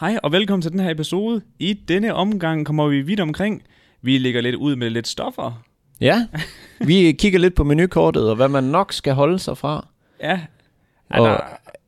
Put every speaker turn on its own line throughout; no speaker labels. Hej og velkommen til den her episode. I denne omgang kommer vi vidt omkring. Vi ligger lidt ud med lidt stoffer.
Ja, vi kigger lidt på menukortet, og hvad man nok skal holde sig fra.
Ja, Ej,
Og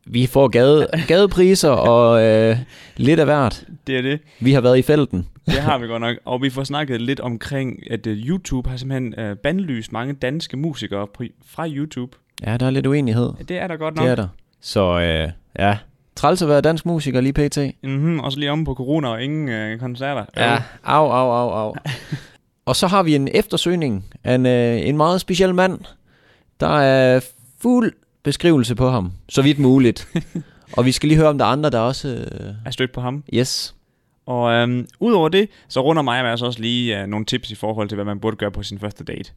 vi får gade, gadepriser og øh, lidt af hvert.
det er det.
Vi har været i felten.
Det har vi godt nok. Og vi får snakket lidt omkring, at øh, YouTube har simpelthen øh, bandlyst mange danske musikere pri- fra YouTube.
Ja, der er lidt uenighed.
Det er der godt nok.
Det er der. Så øh, ja, træls at være dansk musiker lige pt.
Mm-hmm. Også lige om på corona og ingen øh, koncerter.
Au, au, au, au. og så har vi en eftersøgning af en, øh, en meget speciel mand. Der er fuld beskrivelse på ham, så vidt muligt. og vi skal lige høre, om der er andre, der også... Øh,
Jeg er stødt på ham.
yes.
Og øhm, udover det, så runder mig og Mads også lige øh, nogle tips i forhold til, hvad man burde gøre på sin første date.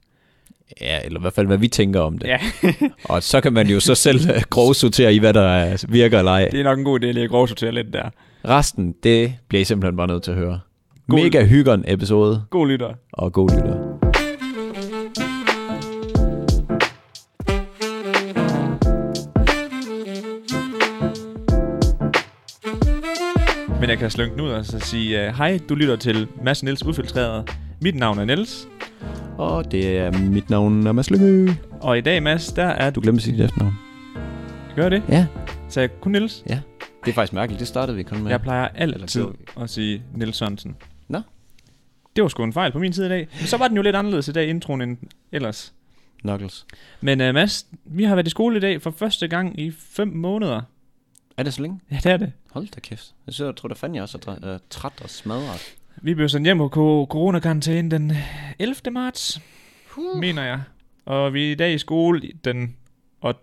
Ja, eller i hvert fald, hvad vi tænker om det.
Ja,
Og så kan man jo så selv øh, grovsortere i, hvad der er- virker eller ej.
det er nok en god idé lige at grovsortere lidt der.
Resten, det bliver I simpelthen bare nødt til at høre.
God-
Mega hyggeren episode,
God lytter.
og god lytter.
Men jeg kan slynge den ud og så sige, øh, hej, du lytter til Mads Niels Udfiltreret. Mit navn er Niels,
Og det er mit navn er Mads Lyngø.
og i dag, Mads, der er
Du
du.
glemte at sige dit efternavn.
Gør det?
Ja,
Så jeg kun Niels.
det er faktisk mærkeligt. Det startede vi kun med.
Jeg plejer
Eller
altid
det
at sige Niels Sørensen.
Nå.
Det var sgu en fejl på min tid i dag. Men Så var den jo lidt anderledes i dag, introen, end ellers.
Knuckles.
Men uh, Mads, vi har været i skole i dag for første gang i 5 måneder.
Er det så længe?
Ja, det er det.
Hold da kæft. Jeg sidder og tror, der fandt jeg også er øh, træt og smadret.
Vi blev sendt hjem på ko- coronakarantæne den 11. marts, huh. mener jeg. Og vi er i dag i skole den 8.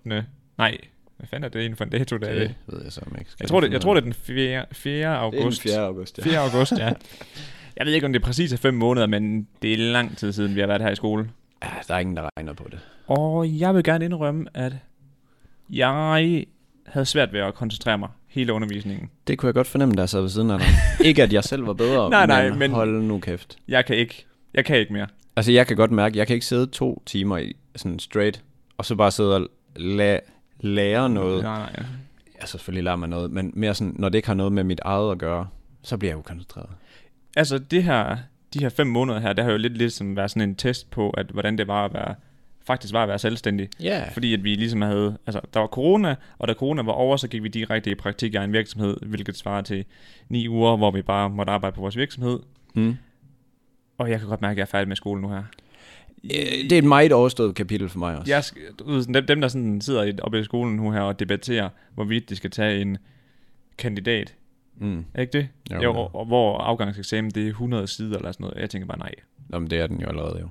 Nej, hvad fanden er det egentlig for en dato, der er det?
ved jeg så om jeg ikke skal.
Jeg tror, det, jeg tror, det er den 4. 4. august.
4. august, ja.
4. august, ja. Jeg ved ikke, om det er præcis er 5 måneder, men det er lang tid siden, vi har været her i skole.
ja. Der er ingen, der regner på det.
Og jeg vil gerne indrømme, at jeg havde svært ved at koncentrere mig hele undervisningen.
Det kunne jeg godt fornemme, der sad ved siden af dig. ikke at jeg selv var bedre,
Nej, nej,
men,
men-
hold nu kæft.
Jeg kan ikke. Jeg kan ikke mere.
Altså, jeg kan godt mærke, jeg kan ikke sidde to timer i sådan straight, og så bare sidde og la- lære noget.
Nej, nej.
Ja, selvfølgelig lærer man noget, men mere sådan, når det ikke har noget med mit eget at gøre, så bliver jeg ukoncentreret.
Altså det her, de her fem måneder her, der har jo lidt ligesom været sådan en test på, at hvordan det var at være, faktisk var at være selvstændig.
Ja.
Fordi at vi ligesom havde, altså der var corona, og da corona var over, så gik vi direkte i praktik i en virksomhed, hvilket svarer til ni uger, hvor vi bare måtte arbejde på vores virksomhed.
Mm.
Og jeg kan godt mærke, at jeg er færdig med skolen nu her.
Øh, Det er et meget overstået kapitel for mig også.
Jeg, sk- du ved, sådan dem, dem, der sådan sidder i- oppe i skolen nu her og debatterer, hvorvidt de skal tage en kandidat,
Mm.
er ikke det?
Jo,
jo,
jo.
og, og hvor afgangseksamen, det er 100 sider eller sådan noget. Jeg tænker bare, nej.
Nå, men det er den jo allerede jo.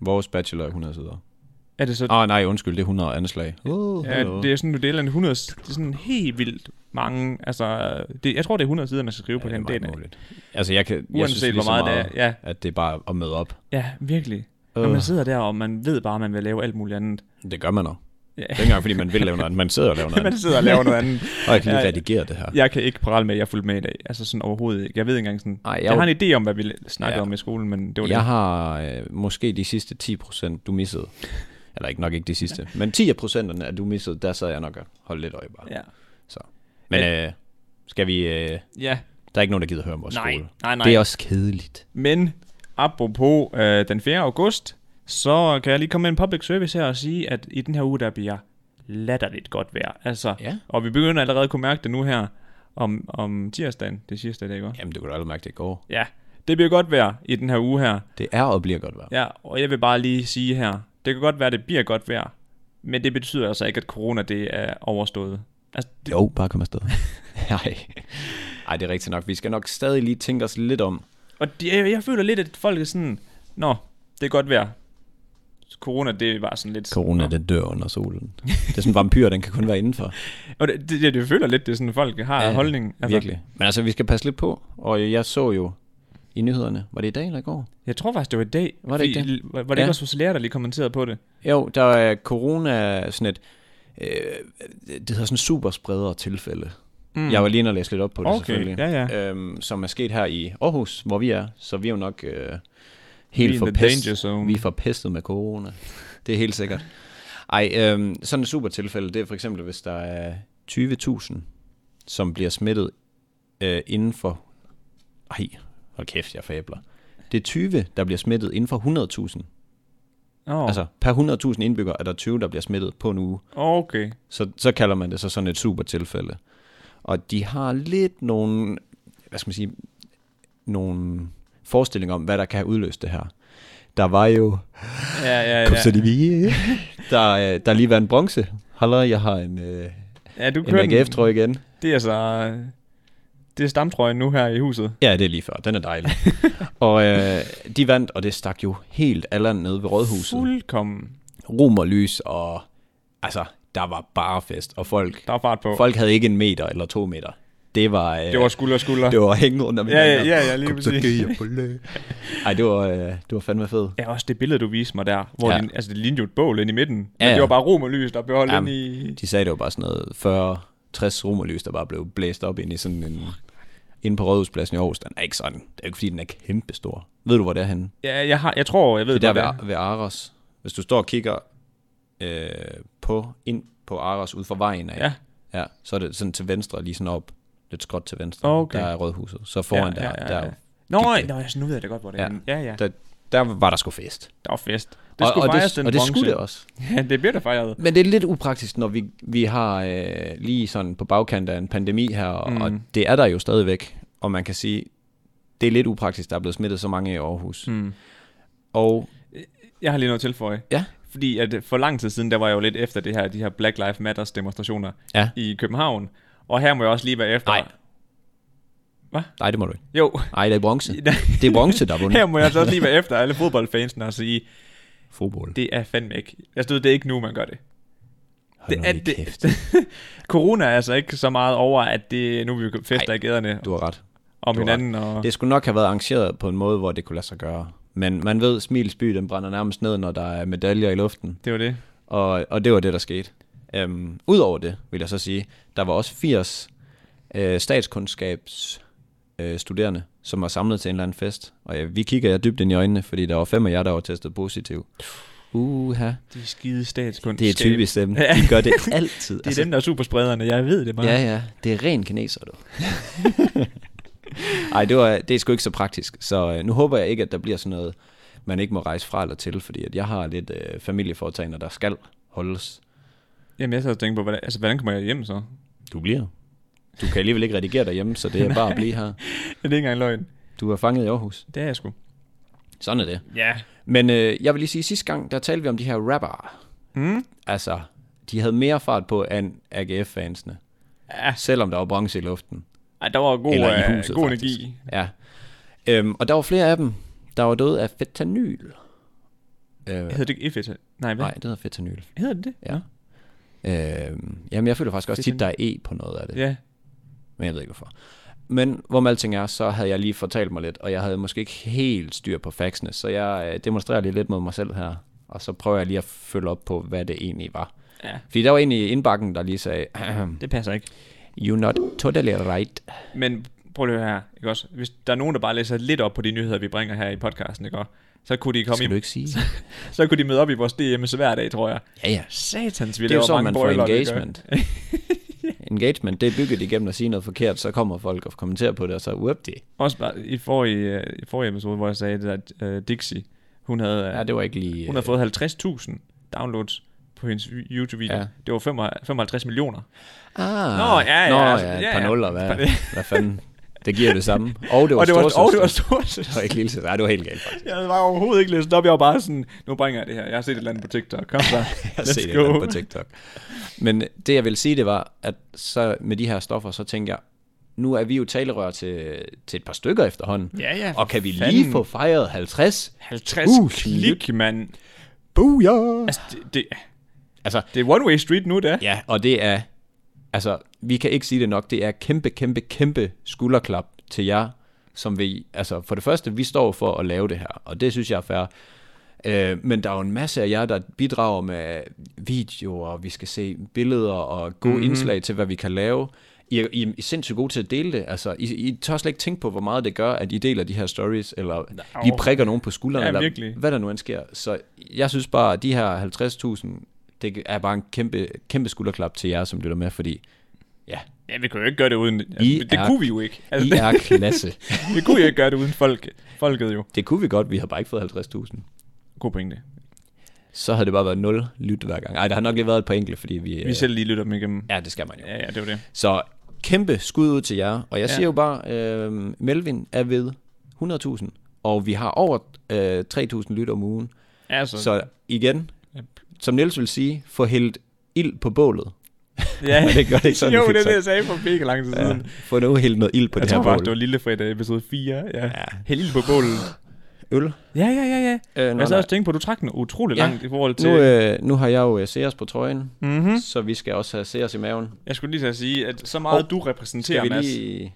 Vores bachelor er 100 sider.
Er det så
Åh oh, nej, undskyld, det er 100 anslag. Uh,
Ja, det er sådan, det er et eller andet 100, det er sådan helt vildt mange, altså, det, jeg tror, det er 100 sider, man skal skrive på den
det er
del,
meget muligt. Altså, jeg, kan, jeg
uanset
synes lige
hvor
så
meget,
meget
det er. Ja,
at det er bare at møde op.
ja, virkelig. Når
Øh.
man sidder der, og man ved bare, at man vil lave alt muligt andet.
Det gør man også.
Ja.
Det er ikke engang, fordi man vil lave noget andet. Man sidder og laver noget
man
andet.
sidder og laver noget andet.
Og jeg kan lige
Ja, ja.
redigere det her.
Jeg kan ikke prale med, at jeg fulgte med i dag. Altså sådan overhovedet ikke. Jeg ved ikke engang sådan...
Ej,
jeg,
jeg
jeg
var-
har en idé om, hvad vi snakkede
Ja.
om i skolen, men det var
Jeg
det.
har øh, måske de sidste 10 procent, du missede. Eller ikke nok ikke de sidste. Men 10 af procenterne, at du missede, der sad jeg nok og holdt lidt øje bare.
Ja.
Men øh, skal vi... Øh,
ja.
der er ikke nogen, der gider høre om vores
Nej,
skole.
nej, nej.
Det er også kedeligt.
Men apropos øh, den 4. august, så kan jeg lige komme med en public service her og sige, at i den her uge, der bliver latterligt godt vejr. Altså,
Ja.
Og vi begynder allerede at kunne mærke det nu her om, om tirsdagen. Det er tirsdag i dag, ikke? hva'?
Jamen, det kunne du aldrig mærke, det i går.
Ja. Det bliver godt vejr i den her uge her.
Det er og bliver godt vejr.
Ja, og jeg vil bare lige sige her, det kan godt være, det bliver godt vejr, men det betyder altså ikke, at corona det er overstået. Altså, det,
Jo, bare kom afsted. Nej. Ej, det er rigtigt nok. Vi skal nok stadig lige tænke os lidt om.
og det, jeg, jeg føler lidt, at folk er sådan, nå, det er godt vejr. Corona, det var sådan lidt...
Corona,
Nå.
den dør under solen. Det er sådan en vampyr, den kan kun være indenfor.
Og det, det, det, det føler lidt, det er sådan, folk har
Ja,
ja, holdning.
Altså. Virkelig. Men altså, vi skal passe lidt på. Og jeg så jo i nyhederne, var det i dag eller i går?
Jeg tror faktisk, det var i dag.
Var det ikke
fordi- Var, var det
Ja.
ikke også hos lærer, der lige kommenterede på det?
Jo, der er corona sådan et, øh, det hedder sådan superspredere tilfælde. Mm. Jeg var lige inde og læse lidt op på det
Okay,
selvfølgelig.
ja, ja.
Øhm, som er sket her i Aarhus, hvor vi er. Så vi er jo nok øh, helt
in the danger
forpest,
zone.
vi er forpestet med corona. Det er helt sikkert. Ej, øhm, sådan et supertilfælde, det er for eksempel, hvis der er 20.000, som bliver smittet øh, inden for... Ej, hold kæft, jeg fabler. Det er 20, der bliver smittet inden for 100.000.
Oh,
Oh. Altså, per 100.000 indbyggere er der 20, der bliver smittet på en uge.
okay.
Så, så kalder man det så sådan et super tilfælde. Og de har lidt nogle, hvad skal man sige, nogle forestillinger om, hvad der kan have udløst det her. Der var jo
Ja, ja,
Kom så
ja.
de vige. Der, øh, der har lige været en bronze. Halløj, jeg har en, øh,
ja du
en
kører
AGF,
den.
tror jeg igen.
Det er altså... øh, Det er stamtrøjen nu her i huset.
Ja, det er lige før. Den er dejlig. og øh, de vandt, og det stak jo helt alderen nede ved rådhuset. Fuld.
Fuldkommen.
Rum og lys, og altså, der var bare fest. Og folk,
Der var fart på.
folk havde ikke en meter eller to meter. Det var, øh,
Det var skulder og skulder.
det var hængen rundt om
Ja, ja,
hinanden.
ja, ja, lige
Kom så
præcis.
giv jer på lø. Ej, det var, øh, det var fandme fedt.
Ja, også det billede, du viste mig der, hvor
Ja.
ja. det, altså, det lignede jo et bål inde i midten. Men
Ja, ja.
det var bare rom og lys, der blev holdt
Jamen,
ind i...
De sagde, det var bare sådan noget 40 60 romerlys, der bare blev blæst op ind i sådan en... Inde på Rådhuspladsen i Aarhus, den er ikke sådan. Det er jo ikke, fordi den er kæmpestor. Ved du, hvor det er henne?
Ja, jeg, har, jeg tror, jeg ved,
Det er
det,
der
det er.
ved, ved Aros. Hvis du står og kigger øh, på, ind på Aros ud for vejen af,
Ja.
ja, så er det sådan til venstre, lige sådan op, lidt skråt til venstre,
Okay.
der er Rådhuset. Så foran
ja, ja,
der,
ja,
der,
ja. Nå,
gik
nej,
det.
nå, altså, nu ved jeg det godt, hvor det
Ja.
er. Ja, ja.
der, der var der sgu fest.
Der var fest. Det
Og,
skulle
og,
fejres
det,
den
og det
bronze.
skulle det også.
Ja, det bliver der fejret.
Men det er lidt upraktisk, når vi, vi har øh, lige sådan på bagkant af en pandemi her, og, mm.
Mm.
og det er der jo stadigvæk. Og man kan sige, det er lidt upraktisk, der er blevet smittet så mange i Aarhus. Mm.
Hmm.
Og
Jeg har lige noget at tilføje.
Ja.
Fordi at øh, for lang tid siden, der var jeg jo lidt efter det her, de her Black Lives Matters demonstrationer
Ja.
i København. Og her må jeg også lige være efter.
Nej. nej, det må du ikke.
Jo,
Nej, det er bronze. Det er bronze, der er vundet
her må jeg altså også lige være efter alle fodboldfansene og sige,
fodbold.
det er fandme ikke. Altså, du ved, det er ikke nu, man gør det.
Hold det
er
er det. Kæft.
Corona er altså ikke så meget over, at det, nu er vi jo fester
Nej,
i gaderne
Du har ret.
om
du har
hinanden. Og,
Det skulle nok have været arrangeret på en måde, hvor det kunne lade sig gøre. Men man ved, Smilsby, den brænder nærmest ned, når der er medaljer i luften.
det var det.
Og, og det var det, der skete. Øhm, Udover det, vil jeg så sige, der var også 80 øh, statskundskabsstuderende, øh, studerende, som var samlet til en eller anden fest. Og øh, vi kigger jer dybt ind i øjnene, fordi der var fem af jer, der var testet positiv. Uha.
De er skide statskundskab.
Det er typisk dem.
Ja.
De gør det altid. Altså,
Det er dem, der er supersprederne. Jeg ved det bare.
Ja, ja. Det er ren kineser, du. Ej, det, var, det er sgu ikke så praktisk. Så øh, nu håber jeg ikke, at der bliver sådan noget, man ikke må rejse fra eller til, fordi at jeg har lidt øh, familieforetagende, der skal holdes.
Jamen, jeg sad og tænkte på, hvordan, altså, hvordan kommer jeg hjem så?
Du bliver. Du kan alligevel ikke redigere derhjemme, så det er bare at blive her.
Det er ikke engang løgn.
Du er fanget i Aarhus.
Det er jeg sgu.
Sådan er det.
Ja.
Men øh, jeg vil lige sige, sidste gang, der talte vi om de her rapper.
Mm?
Altså, de havde mere fart på end AGF-fansene.
Ja,
Selvom der var bronze i luften.
ej, der var god,
Eller i
øh,
huset,
god
faktisk.
energi.
Ja. Øhm, og der var flere af dem, der var døde af fentanyl. Øh,
Hedder det ikke Ifeta? Nej, hvad
nej, det hedder fentanyl.
hedder det det?
Ja. Øhm, jamen, jeg føler faktisk også tit, der er E på noget af det.
Ja.
Men jeg ved ikke hvorfor. Men hvorom alting er, så havde jeg lige fortalt mig lidt, og jeg havde måske ikke helt styr på faxene, så jeg øh, demonstrerer lige lidt mod mig selv her, og så prøver jeg lige at følge op på, hvad det egentlig var.
ja.
Fordi der var en i indbakken, der lige sagde,
Det passer ikke.
you not totally right.
Men prøv lige at høre her, ikke også? Hvis der er nogen, der bare læser lidt op på de nyheder, vi bringer her i podcasten, ikke også? Så kunne de, komme
Skal du
i,
ikke sige?
så kunne de møde op i vores DM's hver dag, tror jeg.
Ja, ja.
Satans, vi
Det er jo
laver mange
sådan, man får
boiler, vi gør.
engagement. engagement, det er bygget igennem at sige noget forkert, så kommer folk og kommenterer på det, og så whoop det.
Også bare i forrige, øh, i forrige episode, hvor jeg sagde, det, at uh, Dixie, hun havde, uh,
Ja, det var ikke lige...
hun havde fået 50.000 downloads på hendes YouTube-video.
Ja.
Ja. Det var 55 millioner.
Ah,
Nå, ja, ja,
Nå,
altså,
ja, et
ja,
par
ja.
nuller, hvad, hvad fanden? Det giver det samme. Og det var,
og det var, og det var
storsøster. Det var
stort.
ikke lille søster. Nej, det var helt galt faktisk.
Jeg havde bare overhovedet ikke læst op. Jeg var bare sådan, nu bringer jeg det her. Jeg har set et eller andet på TikTok. Kom så.
Jeg
Let's
ser
go.
det på TikTok. Men det jeg vil sige, det var, at så med de her stoffer, så tænker jeg, nu er vi jo talerør til, til et par stykker efterhånden.
Ja, ja,
Og kan vi
fanden.
lige få fejret 50?
50
Uh,
uh,
klik.
klik, mand.
Booyah!
Altså, det, det,
Altså,
det er one-way street nu, det er.
Ja, og det er, altså, vi kan ikke sige det nok, det er kæmpe, kæmpe, kæmpe skulderklap til jer, som vi, altså, for det første, vi står for at lave det her, og det synes jeg er fair. Øh, men der er jo en masse af jer, der bidrager med videoer, og vi skal se billeder og
Mhm.
gode mm-hmm. indslag til, hvad vi kan lave. I, er- I, er- I er sindssygt gode til at dele det. Altså, I, I tør slet ikke tænke på, hvor meget det gør, at I deler de her stories, eller I prikker nogen på skuldrene,
Ja,
eller
virkelig.
hvad der nu end sker. Så jeg synes bare, at de her 50.000, det er bare en kæmpe, kæmpe skulderklap til jer, som lytter med, fordi Ja.
Ja, vi kunne jo ikke gøre det uden... Altså,
I
det
er-
kunne vi jo ikke. Altså,
I er klasse.
vi kunne jo ikke gøre det uden folk, folket jo.
Det kunne vi godt, vi har bare ikke fået 50.000.
God pointe.
Så havde det bare været 0 lyt hver gang. Nej, der har nok lige været et par enkelte, fordi vi... øh,
Vi selv lige lytter dem igennem.
Ja, det skal man jo.
Ja, ja, det var det.
Så kæmpe skud ud til jer. Og jeg
Ja.
siger jo bare, øh, Melvin er ved 100.000, og vi har over øh, 3.000 lyt om ugen.
Altså,
Så, så igen,
Yep.
som Niels vil sige, få hældt ild på bålet.
ja.
Men det gør det ikke sådan,
jo,
vi fik
det er det,
sagt.
jeg sagde for mega lang tid siden.
Ja, få nu hældt noget ild på
jeg
det her
tror
bål.
faktisk, det var Lillefredag episode 4. Ja.
Ja.
Helt på bålet.
Øl.
Ja, ja, ja, ja.
Øh,
Jeg så også tænke på, at du trak den utrolig
Ja.
langt i forhold til...
nu, øh, nu har jeg jo øh, Sears på trøjen,
mm-hmm.
så vi skal også have Sears i maven.
Jeg skulle lige til at sige, at så meget
Hov,
du
Skal
repræsenterer,
vi
Mads.
lige...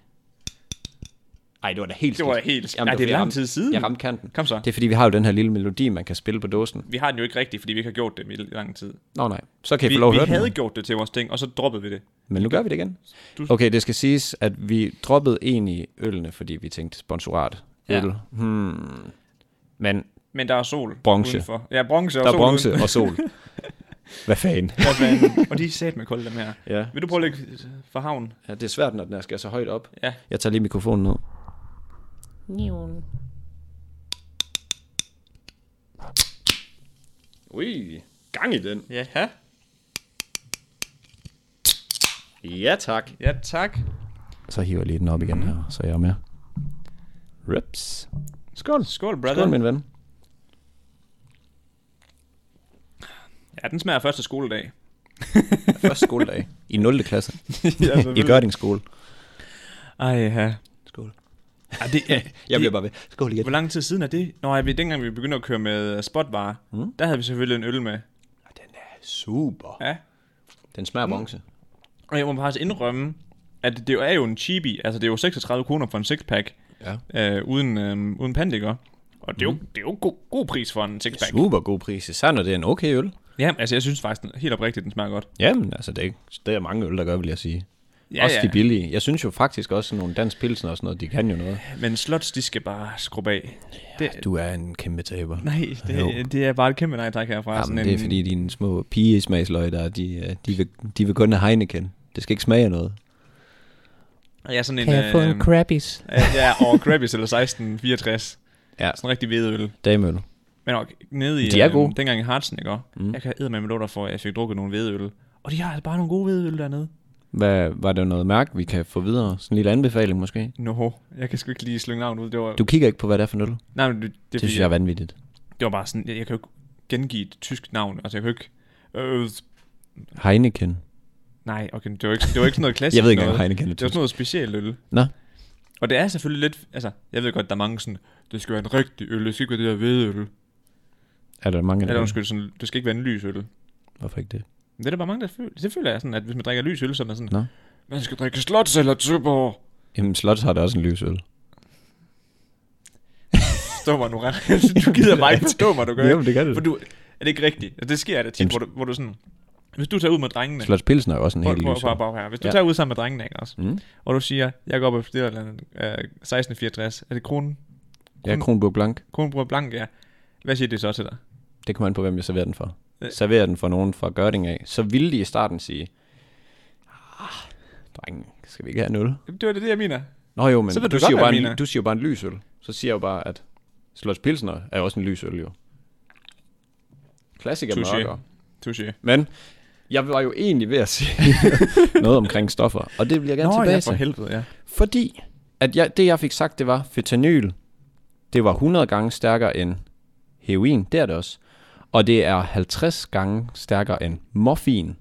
Ej, det var da helt
Det var
skidt.
helt...
Jamen,
Nej,
var,
det er
fordi jeg
lang
ramte-
tid siden.
Jeg ramte kanten.
Kom så.
Det er fordi, vi har jo den her lille melodi, man kan spille på dåsen.
Vi har den jo ikke rigtigt, fordi vi ikke har gjort det i lang tid.
Nå nej, så kan I
vi
få lov at
vi
høre
havde
den.
gjort det til vores ting, og så droppede vi det.
Men nu gør vi det igen.
Du-
Okay, det skal siges, at vi droppede egentlig ølene, fordi vi tænkte sponsorat.
Ja.
Øl. Hmm. Men
Men der er sol
Bronze.
udenfor. Ja, bronze og
der er
sol
bronze
uden-
og sol. Hvad fanden?
Hvad fanden? og de er sat med kolde, dem her.
Ja.
Vil du prøve at lægge for havn?
ja, det er svært, når den er skal så højt op.
Ja.
Jeg tager lige mikrofonen ned.
Neon.
Ui, gang i den.
Ja, ja.
Ja, tak.
ja tak.
Så hiver jeg lige den op igen her, så jeg er med. Rips.
Skål. Skål, brother.
Skål, min ven.
Ja, den smager første skoledag.
Første skoledag. I 0. klasse.
ja,
I Gørding skole.
Altså, Ej, ja.
Skål.
Ej, det, ja.
Jeg bliver bare ved. Skål igen.
Hvor lang tid siden er det? Nå, ja, vi, dengang vi begyndte at køre med øh, spotvarer, mm. der havde vi selvfølgelig en øl med.
Den er super.
Ja.
Den smager bronze.
Og jeg må faktisk indrømme, at det jo er jo en chibi. Altså, det er jo 36 kroner for en sixpack.
Ja.
øh, uden, øh, uden pandikker. Og det er jo, det er jo god, god pris for en sixpack.
Super god pris. Især når det er en okay øl.
Ja, altså jeg synes faktisk den- helt oprigtigt, den smager godt.
Jamen, altså, det er, det er mange øl, der gør, vil jeg sige.
Ja,
Ja, også
ja.
ja. de billige. Jeg synes jo faktisk også, at nogle dansk pilsen og sådan noget, de kan jo noget.
Men slots, de skal bare skrubbe af. Det,
Du er en kæmpe taber.
nej,
Jo.
det, det er bare et kæmpe nej tak herfra.
Jamen, det er fordi, dine små pigesmagsløg der, de, øh, de, vil, de vil kun have Heineken. Det skal ikke smage af noget.
Ja, sådan en...
Kan jeg få en
øh,
Krabbies?
øh, ja, og Krabbies eller 1664.
Ja.
Sådan en rigtig hvedeøl.
Dameøl.
Men nok, nede i... øh,
De er gode.
dengang i Hartsen, ikke også? Mm. Jeg kan eddermame med lutter for, at jeg fik drukket nogle hvedeøl. Og de har altså bare nogle gode hvedeøl dernede.
Hvad, var der noget mærke, vi kan få videre? Sådan en lille anbefaling måske?
No, jeg kan sgu ikke lige slynge navn ud. Det var,
Du kigger ikke på, hvad det er for en øl. Det,
nej, men det, det,
det
fordi-
synes jeg er vanvittigt.
Det var bare sådan, jeg, jeg kan jo ikke gengive et tysk navn, altså jeg kan jo ikke... Øh,
Heineken.
nej, okay, det var ikke, det var ikke sådan noget klassisk
Jeg ved ikke, om
noget.
Heineken er
Det var
tysk.
sådan noget specielt øl.
Nå.
Og det er selvfølgelig lidt, altså, jeg ved godt, der er mange sådan, det skal være en rigtig øl, det skal ikke være det der hvedeøl.
Er der mange af
Eller
dem?
undskyld, sådan, det skal ikke være en lys øl. Men
Hvorfor ikke det?
det er der bare mange, der føler. Det føler jeg sådan, at hvis man drikker lys øl, så er man sådan,
Nå.
man skal drikke slots eller Tuborg.
Jamen, Slots har da også en lysøl.
Stå mig nu ret. Altså, du gider bare ikke forstå mig, du gør. ikke.
det gør
For du, er det ikke rigtigt? Altså, det sker da tit,
Jamen,
hvor du, hvor du sådan, hvis du tager ud med drengene,
Slots Pilsen er jo også en
Prøv,
helt
prøv,
lysøl.
prøv, prøv, her. Hvis du
Ja.
tager ud sammen med drengene, ikke også?
Mm.
Og du siger, jeg går op og bestiller et eller andet, øh, 1664. Er det kronen?
Ja, Kronburg Blank.
Kronen bruger blank, ja. Hvad siger det så til dig?
Det kommer an på, hvem jeg serverer den for.
Øh.
Serverer den for nogen fra Gørding af, så ville de i starten sige, ah, dreng, skal vi ikke have en øl?
Jamen, Det var det, det, jeg mener.
Nå jo, men
Så
så
ved
du,
du
du,
godt,
siger jo
hvad jeg
bare
mener.
en, du siger jo bare en lysøl. Så siger jeg jo bare, at Slots Pilsner er også en lysøl jo. Klassiker
Touché.
mørkere.
Touché.
Men jeg var jo egentlig ved at sige noget omkring stoffer, og det vil jeg gerne
Nå,
tilbage
ja,
til.
for helvede, ja.
Fordi at jeg, det, jeg fik sagt, det var fentanyl. Det var 100 gange stærkere end heroin. Det er det også. Og det er 50 gange stærkere end morfin.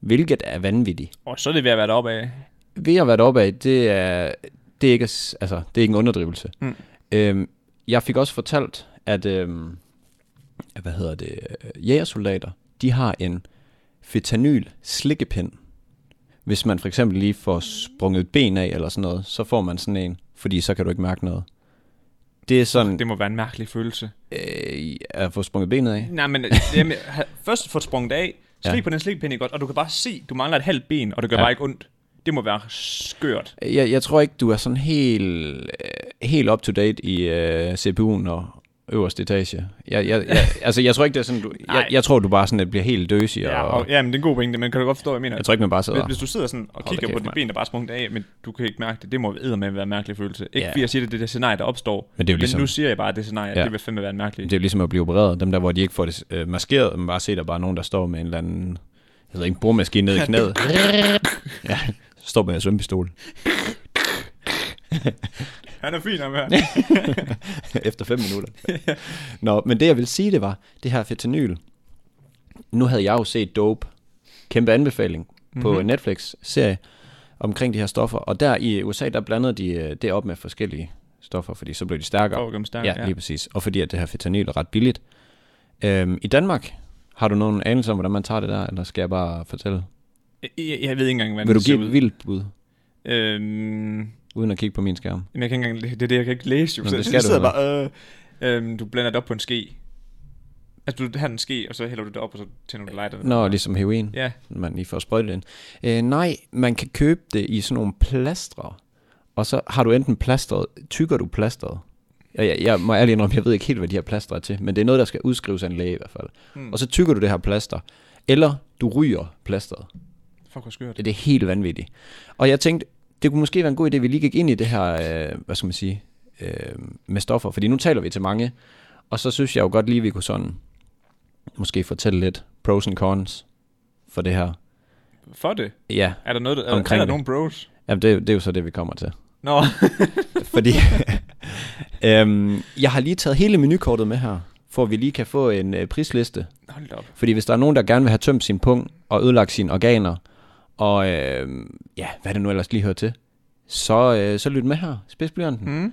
Hvilket er vanvittigt.
Og så er det ved at være deroppe af.
Ved at være deroppe af, det er, det er, ikke, s- altså, det er ikke en underdrivelse.
Mm.
Øhm, jeg fik også fortalt, at øhm, hvad hedder det, øh, jægersoldater, de har en fetanyl slikkepind. Hvis man for eksempel lige får sprunget et ben af eller sådan noget, så får man sådan en, fordi så kan du ikke mærke noget. Det er sådan,
Det må være en mærkelig følelse.
øh, at få sprunget benet af.
Nej, men jamen, ha- først få sprunget af, slik
Ja.
på den slikpinde godt, og du kan bare se, du mangler et halvt ben, og det gør
Ja.
bare ikke ondt. Det må være skørt.
Jeg, jeg tror ikke, du er sådan helt, øh, helt up to date i øh, CPU'en og, øverste etage. Jeg, jeg, jeg, altså, jeg tror ikke, det er sådan, du... Jeg, jeg tror, du bare sådan, at bliver helt døsig.
Ja,
og,
og, ja, men det er en god pointe, men kan du godt forstå, hvad jeg mener?
jeg tror ikke, man bare sidder
Hvis, hvis du sidder sådan og
da
kigger
kæft,
på dit
mand.
ben, der bare er sprunget af, men du kan ikke mærke det, det må med være en mærkelig følelse. Ikke
Ja.
fordi jeg siger, det, det er det scenarie, der opstår,
Men det er jo ligesom-
men nu siger jeg bare, at det scenarie,
Ja.
det vil fandme være en mærkelig.
Det er jo ligesom at blive opereret. Dem der, hvor de ikke får det øh, maskeret, man bare ser, der bare er nogen, der står med en eller anden, jeg ved ikke, boremaskine ned i knæet. ja, så står med en svømmepistol.
Han er fin ham her.
Efter fem minutter. Nå, men det jeg vil sige, det var, det her fentanyl. Nu havde jeg jo set Dope. Kæmpe anbefaling på
Mhm.
mm-hmm. Netflix-serie omkring de her stoffer. Og der i USA, der blandede de øh, det op med forskellige stoffer, fordi så blev de stærkere.
For at gøre dem stærke,
ja,
ja.
lige præcis. Og fordi at det her fentanyl er ret billigt. Øhm, I Danmark, har du nogen anelse om, hvordan man tager det der, eller skal jeg bare fortælle?
Jeg, jeg ved ikke engang, hvordan
Vil du
det ser
give
ud.
et vildt bud,
Øhm, men
uden at kigge på min skærm?
jeg kan ikke engang, det er det, jeg kan ikke læse, jo.
Nå,
så
det
det
skal
skal
du
sidder
heller
bare, øh, øhm, du blander det op på en ske. Altså, du har en ske, og så hælder du det op, og så tænder du lighter.
Nå, ligesom heroin.
Ja,
man lige får sprøjtet ind. Øh, nej, man kan købe det i sådan nogle plastre, og så har du enten plastret, tykker du plastret. Jeg, jeg, jeg må ærligt indrømme, jeg ved ikke helt, hvad de her plaster er til, men det er noget, der skal udskrives af en læge i hvert fald. Mm. Og så tykker du det her plaster, eller du ryger plasteret.
fuck, hvor skørt.
Det er helt vanvittigt. Og jeg tænkte, det kunne måske være en god idé, at vi lige gik ind i det her, øh, hvad skal man sige, øh, med stoffer. Fordi nu taler vi til mange, og så synes jeg jo godt lige, vi kunne sådan, måske fortælle lidt pros and cons for det her.
For det?
Ja,
Er der, noget, der, er, er
Omkring
der
det.
nogen bros?
Jamen, det, det er jo så det, vi kommer til.
Nå,
Fordi øhm, jeg har lige taget hele menukortet med her, for at vi lige kan få en øh, prisliste.
hold da op.
Fordi hvis der er nogen, der gerne vil have tømt sin pung og ødelagt sine organer, og øh, ja, hvad det nu ellers lige hører til, så, øh, så lyt med her, spidsblyanten. Mm.
Mm.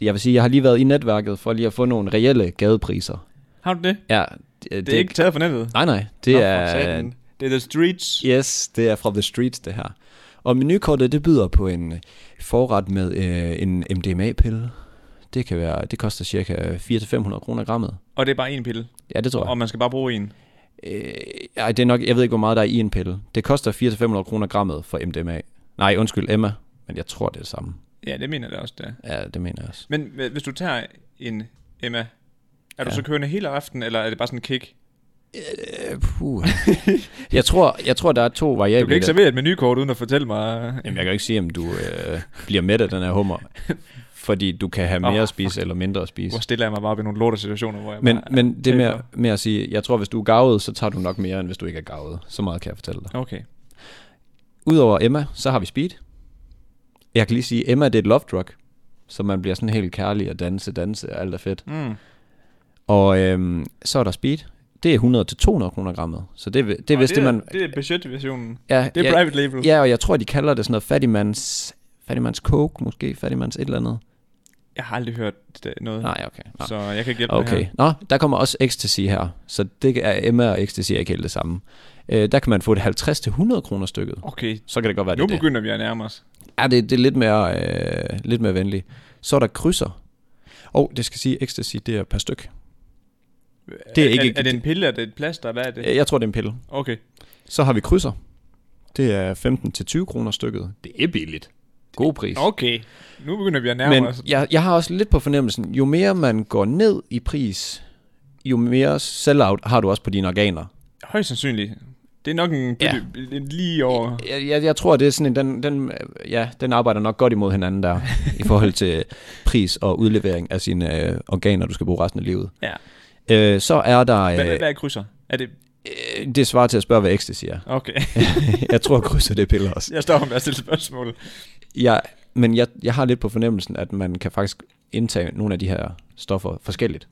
Jeg vil sige, jeg har lige været i netværket for lige at få nogle reelle gadepriser.
Har du det?
Ja,
Det er ikke taget for nettet.
Nej, nej, det
Nå, for
er,
satan. Det er The Streets.
Yes, det er fra The Streets, det her. Og menukortet, det byder på en øh, forret med øh, en MDMA-pille. Det kan være, det koster cirka 400-500 kroner grammet.
Og det er bare en pille.
Ja, det tror jeg.
Og man skal bare bruge en.
Øh, ej, det er nok, jeg ved ikke, hvor meget der er i en pille. Det koster 400-500 kroner grammet for MDMA. Nej, undskyld, Emma. Men jeg tror, det er det samme.
Ja, det mener jeg da også, det er.
Ja, det mener jeg også.
Men hv- hvis du tager en Emma, er du
Ja.
så kørende hele aftenen, eller er det bare sådan en kick?
Øh, puh. jeg, tror, jeg tror, der er to variabler.
Du kan ikke
i det.
servere et menukort uden at fortælle mig...
Jamen, jeg kan jo ikke sige, om du øh, bliver mæt af den her hummer. Fordi du kan have mere
Åh,
at spise eller mindre at spise.
Hvor stiller jeg mig bare op i nogle lorte situationer, hvor jeg
Men,
bare...
men det
er
med,
for-
at- med at sige, jeg tror, hvis du er gavet, så tager du nok mere, end hvis du ikke er gavet. Så meget kan jeg fortælle dig.
Okay.
Udover Emma, så har vi Speed. Jeg kan lige sige, Emma det er et love drug, så man bliver sådan helt kærlig og danse, danse og alt er fedt.
Mm.
Og øhm, så er der Speed. Det er 100-200 kroner grammet. Så det, er- det er
Og
vist det,
er-
man...
Det er budgetversionen.
Ja,
Det er
ja,
private label.
ja, og jeg tror, de kalder det sådan noget fattigmands... Fattigmands coke, måske. Fattigmands et eller andet.
Jeg har aldrig hørt det- noget,
Nej, okay. Nej.
så jeg kan ikke hjælpe dig
Okay.
her.
Nå, der kommer også ecstasy her. Så det er Emma og ecstasy er ikke helt det samme. Øh, der kan man få det 50-100 kroner stykket.
Okay,
Så kan det godt være, det
nu
er det.
begynder vi at nærme os.
Ja, det, det er lidt mere, øh, lidt mere venligt. Så er der krydser. Og det skal sige, ecstasy, det er per styk. Det er ikke-
er, er det en pille, er det et plaster, hvad er det?
Øh, Jeg tror, det er en pille.
Okay.
Så har vi krydser. Det er 15-20 kroner stykket. Det er billigt. God pris.
Okay, nu begynder vi at nærme
Men
os.
jeg, jeg har også lidt på fornemmelsen, jo mere man går ned i pris, jo mere sellout har du også på dine organer.
Højst sandsynligt. Det er nok en,
Ja. Øh,
bytte, en lige over...
Jeg, jeg, jeg tror, det er sådan en, den, den, øh, ja, den arbejder nok godt imod hinanden der, i forhold til pris og udlevering af sine øh, organer, du skal bruge resten af livet.
Ja.
Øh, så er der... Øh,
Hvad, hvad er krydser? Er det...
øh, det svarer til at spørge, hvad ecstasy er.
Okay,
jeg tror, krydser det piller også.
jeg står med at stille spørgsmål.
Jeg, men jeg, jeg har lidt på fornemmelsen, at man kan faktisk indtage nogle af de her stoffer forskelligt.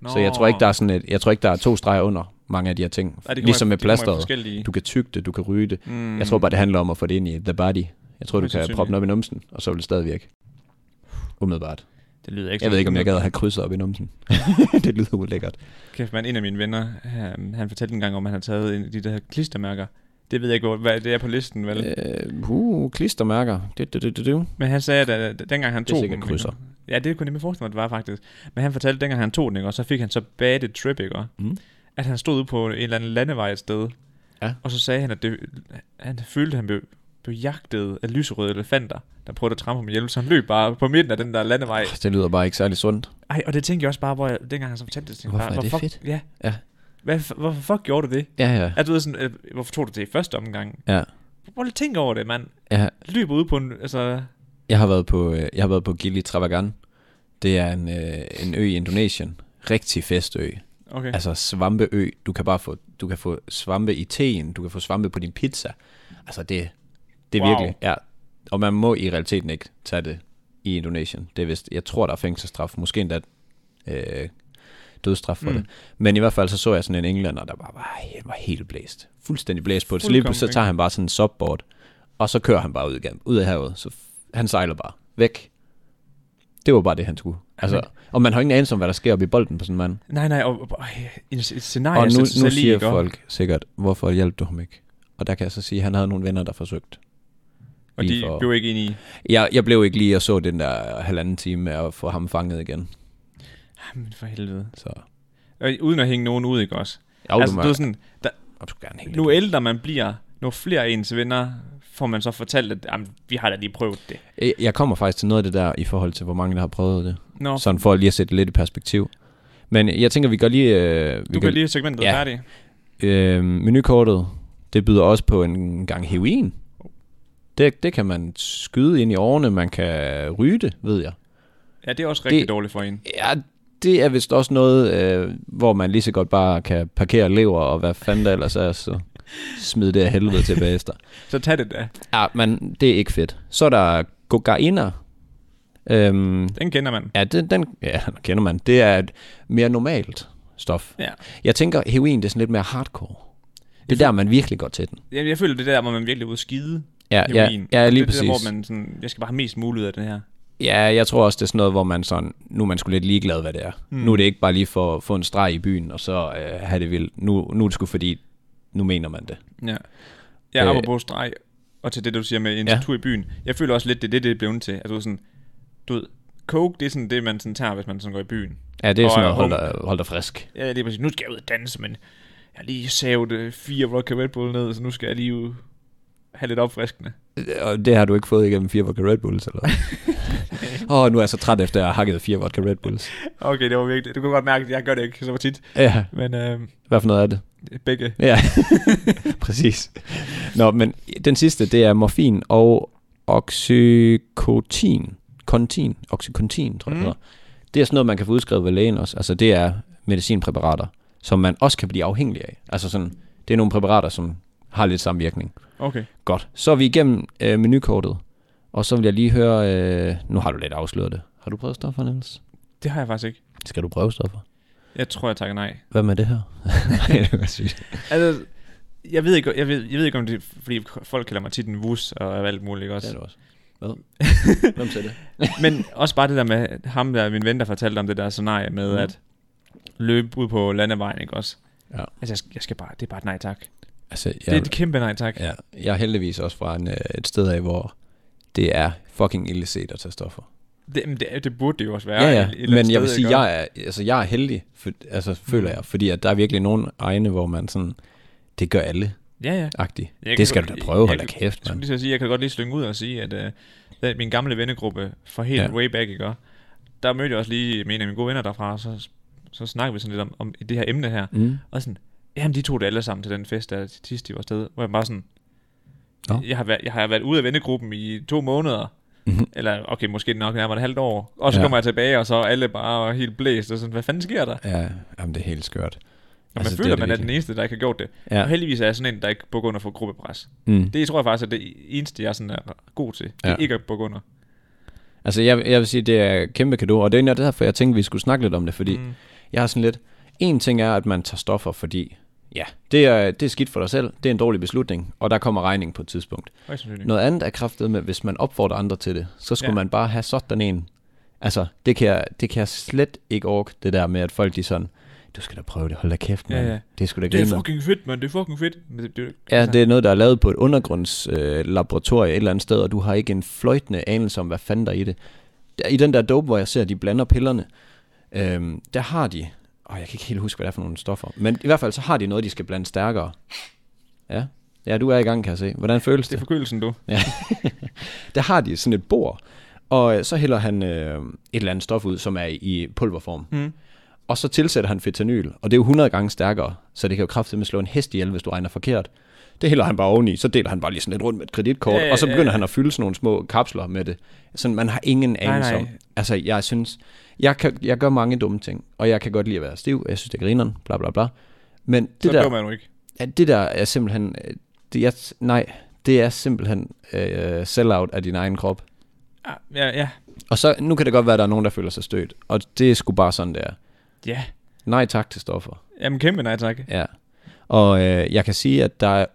Nå.
Så jeg tror ikke, der er, sådan et, jeg tror ikke, der er to streger under mange af de her ting.
Nej, det kommer-
ligesom med
det kommer i
plasteret.
forskellige-
Du kan tygge det, du kan ryge det.
Mm.
Jeg tror bare, det handler om at få det ind i the body. Jeg tror, du
Højst
kan
sandsynligt.
proppe den op i numsen, og så vil det stadig virke. Umiddelbart.
Det lyder ikke
Jeg ved ikke, om jeg gad at have krydset op i numsen. det lyder ulækkert.
Kæft, man, en af mine venner, han, han fortalte en gang om, at han har taget en af de der klistermærker. Det ved jeg ikke, hvor- hvad det er på listen, vel? Øh.
Øh, uh, klistermærker. Du, du, du, du, du.
Men han sagde, at, at dengang han
Det er
tog
sikkert krydser.
Ja, det kunne jeg nemlig forestille mig, at det var faktisk. Men han fortalte, at dengang han tog den, ikke, og så fik han så bad et trip, ikke,
Mm.
mm. at han stod ude på en eller anden landevej et sted.
Ja.
Og så sagde han, at det, han følte, at han blev blev jagtet af lyserøde elefanter, der prøvede at trampe ham ihjel, så han løb bare på midten af den der landevej.
Det lyder bare ikke særlig sundt.
Ej, og det tænkte jeg også bare, hvor jeg, dengang han så fortalte det, så tænkte jeg
Hvorfor
bare,
er det
hvor
fedt?
Ja.
Ja.
Hvad, hvorfor fuck gjorde du det?
Ja, ja.
Er du ved sådan, øh, hvorfor tog du det i første omgang?
Ja.
Prøv lige at tænke over det, mand.
ja.
Løb ud på en, altså...
Jeg har været på, øh, jeg har været på Gili Travagan. Det er en, øh, en ø i Indonesien. Rigtig festø.
Okay. Altså,
Altså svampeø. Du kan bare få, du kan få svampe i teen, du kan få svampe på din pizza. Altså det, det er
Wow.
wow. virkelig, ja. Og man må i realiteten ikke tage det i Indonesien. Det er vist, jeg tror, der er fængselsstraf. Måske endda øh, dødsstraf for
Mm.
mm. det. Men i hvert fald så så jeg sådan en englænder, der bare var, he- var helt blæst. Fuldstændig blæst på det. Så lige
Fuldkommen,
pludselig så
ikke?
tager han bare sådan en subboard, og så kører han bare ud, igen, ud af havet. Så f- han sejler bare væk. Det var bare det, han skulle. Altså, og man har ingen anelse om, hvad der sker oppe i bolden på sådan en mand.
nej, nej, og, og, øh, et, et scenarie,
Og nu,
sætter sig
nu
selv i,
siger
ikke? Og-
folk sikkert, hvorfor hjalp du ham ikke? Og der kan jeg så sige, at han havde nogle venner, der forsøgte.
Og
lige
de
for-
blev ikke enige. i.
Jeg, jeg blev ikke lige og så den der halvanden time med at få ham fanget igen.
Jamen "Ah, for helvede.
Så
Og uden at hænge nogen ud, ikke også?
jo,
altså,
du, må,
det er sådan, der,
og du kan gerne hænge
nu
lidt.
ældre man bliver, nu flere af ens venner, får man så fortalt, at jamen, vi har da lige prøvet det.
Jeg- Jeg kommer faktisk til noget af det der i forhold til, hvor mange der har prøvet det.
Nå, så,
Sådan for lige at sætte det lidt i perspektiv. Men jeg tænker, vi går lige... Øh, vi
du kan lige segmentet ja.
ja.
færdig.
Øh, menukortet, det byder også på en gang heroin. Det, det kan man skyde ind i årene, man kan ryge det, ved jeg.
Ja, det er også rigtig det... dårligt for en.
Ja, det er vist også noget, øh, hvor man lige så godt bare kan parkere lever og hvad fanden der ellers er, så smide det af helvede tilbage efter.
Så tag det da.
Ja, men det er ikke fedt. Så er der kokainer. Øhm,
Den kender man.
ja, den, den ja, den kender man. Det er et mere normalt stof.
Ja.
Jeg tænker, heroin det er sådan lidt mere hardcore. Det er der, man virkelig går til den.
Jeg, jeg føler det der, hvor man virkelig er ude at skide.
Ja, ja,
heroin.
ja, lige
det, er Det der,
præcis.
hvor man sådan, jeg skal bare have mest muligt af det her.
Ja, jeg tror også, det er sådan noget, hvor man sådan, nu er man sgu lidt ligeglad, hvad det er. Mm. Nu er det ikke bare lige for at få en streg i byen, og så øh, have det vildt. Nu, nu er det sgu fordi, nu mener man det.
Ja. Jeg
Øh.
arbejder på streg, og til det, du siger med en ja.
Ja.
tur i byen. Jeg føler også lidt, det er det, det er blevet til. Altså sådan, du ved, coke, det er sådan det, man sådan tager, hvis man sådan går i byen.
Ja, det er
Og
sådan
er
noget, hold dig, hold dig frisk.
Ja, lige præcis. Nu skal jeg ud og danse, men jeg har lige savet øh, fire vodka Red Bull ned, så nu skal jeg lige ud have lidt opfriskende.
Øh, Og det har du ikke fået igennem fire vodka Red Bulls, eller Åh, oh, nu er jeg så træt efter, at jeg har hakket fire vodka Red Bulls.
Okay, det var virkelig. Du kunne godt mærke, at jeg gør det ikke så tit.
Ja,
Men øh,
hvad for noget er det?
begge.
Ja, præcis. Nå, men den sidste, det er morfin og oxycotin. Kontin, oxycontin, tror jeg,
Mm.
mm. det er sådan noget, man kan få udskrevet ved lægen også. Altså, det er medicinpræparater, som man også kan blive afhængig af. Altså sådan, det er nogle præparater, som har lidt samme virkning.
Okay.
Godt. Så er vi igennem øh, menukortet. Og så vil jeg lige høre, øh, nu har du lidt afsløret det. Har du prøvet stoffer, Niels?
Det har jeg faktisk ikke.
Skal du prøve stoffer?
Jeg tror, jeg takker nej.
Hvad med det her? Nej, det var sygt.
Altså, jeg ved ikke, jeg ved, jeg ved ikke om det er, fordi folk kalder mig tit en vus og alt muligt, ikke
Det er
også?
det også. Hvad? Hvem sagde det?
Men også bare det der med ham der, min ven, der fortalte om det der scenarie med mm.
Mhm.
at løbe ud på landevejen, ikke også?
Ja.
Altså, jeg skal, jeg skal bare, det er bare et nej tak.
Altså, jeg,
Det er et kæmpe nej tak.
Ja, jeg er heldigvis også fra en, øh, et sted af, hvor det er fucking illicit at tage stoffer.
Det, men det, det burde det jo også være.
Ja,
et-
ja,
et eller andet
men jeg vil
sted,
sige,
ikke også?
jeg er, altså, jeg er heldig, for, altså, føler jeg, fordi at der er virkelig nogle egne, hvor man sådan, det gør alle
Ja, ja.
agtigt
Jeg kan
Det skal du
godt-
da prøve,
jeg
hold da
kan-
kæft,
Jeg skulle
mand.
lige så sige, jeg kan godt lige slynge ud og sige, at øh, da min gamle vennegruppe fra helt ja.
Ja.
way back, ikke? også? der mødte jeg også lige med en af mine gode venner derfra, og så, så snakkede vi sådan lidt om, om det her emne her.
Mm.
Og sådan, jamen de tog det alle sammen til den fest, der sidst de var afsted, hvor jeg bare sådan,
Nå.
jeg, har været, jeg har været ude af vennegruppen i to måneder,
Mhm.
eller okay, måske nok nærmere et halvt år, og så ja.
Ja.
kommer jeg tilbage, og så er alle bare helt blæst, og sådan, hvad fanden sker der?
Ja, jamen, det er helt skørt.
Og man
Altså, det
føler,
det
man er den
virkelig.
eneste, der ikke har gjort det. Ja. Og
Ja.
heldigvis er jeg sådan en, der ikke bukker under for gruppepres.
Mm.
Det tror jeg faktisk er det eneste, jeg sådan er god til. Det er
Ja.
ikke at bukke under.
Altså, jeg, jeg vil sige, det er kæmpe kado, og det er egentlig derfor, jeg tænkte, vi skulle snakke lidt om det, fordi mm. jeg har sådan lidt, en ting er, at man tager stoffer, fordi ja, det er, det er skidt for dig selv, det er en dårlig beslutning, og der kommer regning på et tidspunkt.
Højst sandsynligt.
Noget andet er kraftet med, hvis man opfordrer andre til det, så skulle
Ja.
ja. man bare have sådan en. Altså, det kan, jeg, det kan jeg slet ikke orke, det der med, at folk de er sådan, du skal da prøve det, hold da kæft,
Ja,
mand.
ja.
Det skulle da
Det er
grine.
fucking fedt, mand. Det er fucking fedt. Men det, det,
Ja,
altså,
det er noget, der er lavet på et undergrundslaboratorium øh, laboratorium et eller andet sted, og du har ikke en fløjtende anelse om, hvad fanden der er i det. Der- I den der dope, hvor jeg ser, at de blander pillerne, øhm, der har de, åh, jeg kan ikke helt huske, hvad det er for nogle stoffer, men i hvert fald så har de noget, de skal blande stærkere. Ja, Ja, du er i gang, kan jeg se. Hvordan føles
Det er
det?
forkølelsen, du.
Der har de sådan et bord, og øh, så hælder han øh, et eller andet stof ud, som er i pulverform.
Mm.
Og så tilsætter han fentanyl, og det er jo 100 gange stærkere, så det kan jo kraftedeme slå en hest ihjel, hvis du regner forkert. Det hælder han bare oveni, så deler han bare lige sådan lidt rundt med et kreditkort,
Ja,
og så
ja,
begynder
ja.
han at fylde sådan nogle små kapsler med det. Sådan, man har ingen anelse
nej.
om. Altså, jeg synes, jeg, kan, jeg gør mange dumme ting, og jeg kan godt lide at være stiv, og jeg synes, det er grineren, bla bla bla. Men det
Det så
der,
der. man jo ikke.
Ja, det der er simpelthen... øh, Det, jeg, nej, det er simpelthen øh, sell-out af din egen krop.
Ah, ja, ja.
Og så, nu kan det godt være, at der er nogen, der føler sig stødt. Og det er sgu bare sådan, det er.
Ja.
Nej tak til stoffer.
Jamen kæmpe nej tak.
Ja. Og øh, jeg kan sige, at der er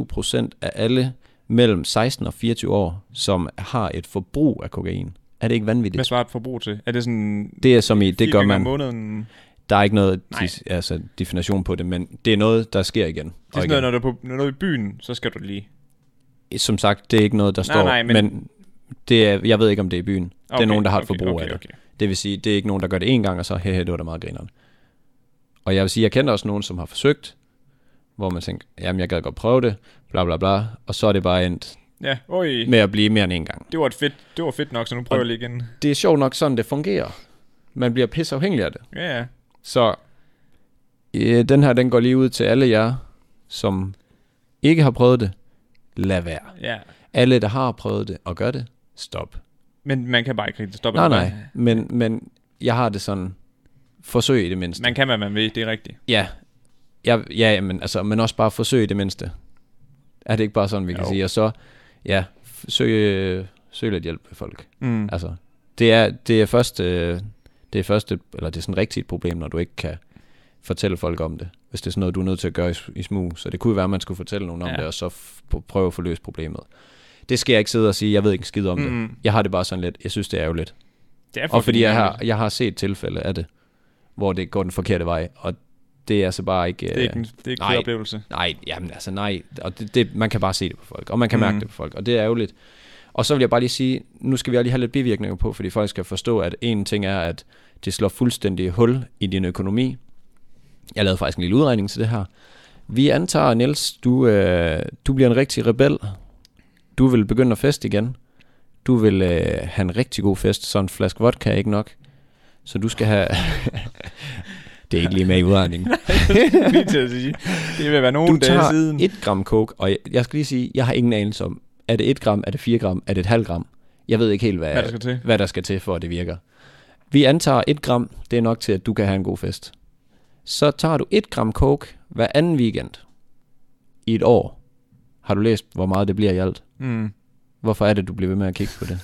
8,7 procent af alle mellem 16 og 24 år, som har et forbrug af kokain. Er det ikke vanvittigt?
Hvad svarer et forbrug til? Er det sådan...
Det er som i, det
fire
gør
gange om
man.
måneden?
Der er ikke noget
Nej.
dis- altså, definition på det, men det er noget, der sker igen.
Det er
og
sådan noget,
igen.
når du er på når du er i byen, så skal du lige...
Som sagt, det er ikke noget, der
Nej,
står,
nej,
men,
men-
men det er, jeg ved ikke, om det er i byen. Okay, det er nogen, der har et
okay,
forbrug
okay,
af det.
Okay.
Det vil sige, det er ikke nogen, der gør det en gang, og så, hehe, det var da meget grineren. Og jeg vil sige, jeg kender også nogen, som har forsøgt, hvor man tænker, jamen, jeg gad godt prøve det, bla bla bla, og så er det bare endt
Ja, oj. Men...
med at blive mere end en gang.
Det var, et fedt, det var fedt nok, så nu prøver jeg lige igen.
Det er sjovt nok sådan, det fungerer. Man bliver pisseafhængig af det.
Ja, ja.
Så øh, den her, den går lige ud til alle jer, som ikke har prøvet det. Lad være.
ja.
Alle, der har prøvet det og gør det, stop.
Men man kan bare ikke rigtig stoppe.
Nej,
det.
nej, men, men jeg har det sådan, forsøg i det mindste.
Man kan, hvad man vil, det er rigtigt.
Ja, ja, ja men, altså, men også bare forsøg i det mindste. Er det ikke bare sådan, vi kan jo.
Jo.
sige? Og så, ja, f- søg, øh, søg lidt hjælp ved folk.
Mm.
Altså, det er, det er først, øh, det er først et, eller det er sådan rigtigt et problem, når du ikke kan fortælle folk om det. Hvis det er sådan noget, du er nødt til at gøre i, s- i smug. Så det kunne jo være, at man skulle fortælle nogen om ja.
Ja.
det, og så f- pr- prøve at få løst problemet. Det skal jeg ikke sidde og sige, jeg ved ikke en skid om mm. det.
Mm.
Jeg har det bare sådan lidt, jeg synes, det er ærgerligt.
Det er
Og fordi
fucking
jeg har,
ærgerligt.
jeg har set tilfælde af det, hvor det går den forkerte vej, og det er altså bare ikke...
Det er ikke en, det er ikke en
Nej.
fed oplevelse.
Nej, jamen altså nej. Og det, det, man kan bare se det på folk, og man kan mærke
Mm.
det på folk, og det er ærgerligt. Og så vil jeg bare lige sige, nu skal vi også lige have lidt bivirkninger på, fordi folk skal forstå, at en ting er, at det slår fuldstændig hul i din økonomi. Jeg lavede faktisk en lille udregning til det her. Vi antager, Niels, du, øh, du bliver en rigtig rebel. Du vil begynde at feste igen. Du vil øh, have en rigtig god fest, så en flaske vodka er ikke nok. Så du skal have... det er ikke lige med i udregningen.
lige til at sige. Det vil være nogle
du
dage
tager
siden.
1 gram coke, og jeg, jeg skal lige sige, jeg har ingen anelse om, er det 1 gram, er det 4 gram, er det et halvt gram? Jeg ved ikke helt, hvad,
Hvad der skal til.
hvad der skal til, for at det virker. Vi antager 1 gram, det er nok til, at du kan have en god fest. Så tager du 1 gram coke hver anden weekend i et år. Har du læst, hvor meget det bliver i alt?
Mm.
Hvorfor er det, du bliver ved med at kigge på det?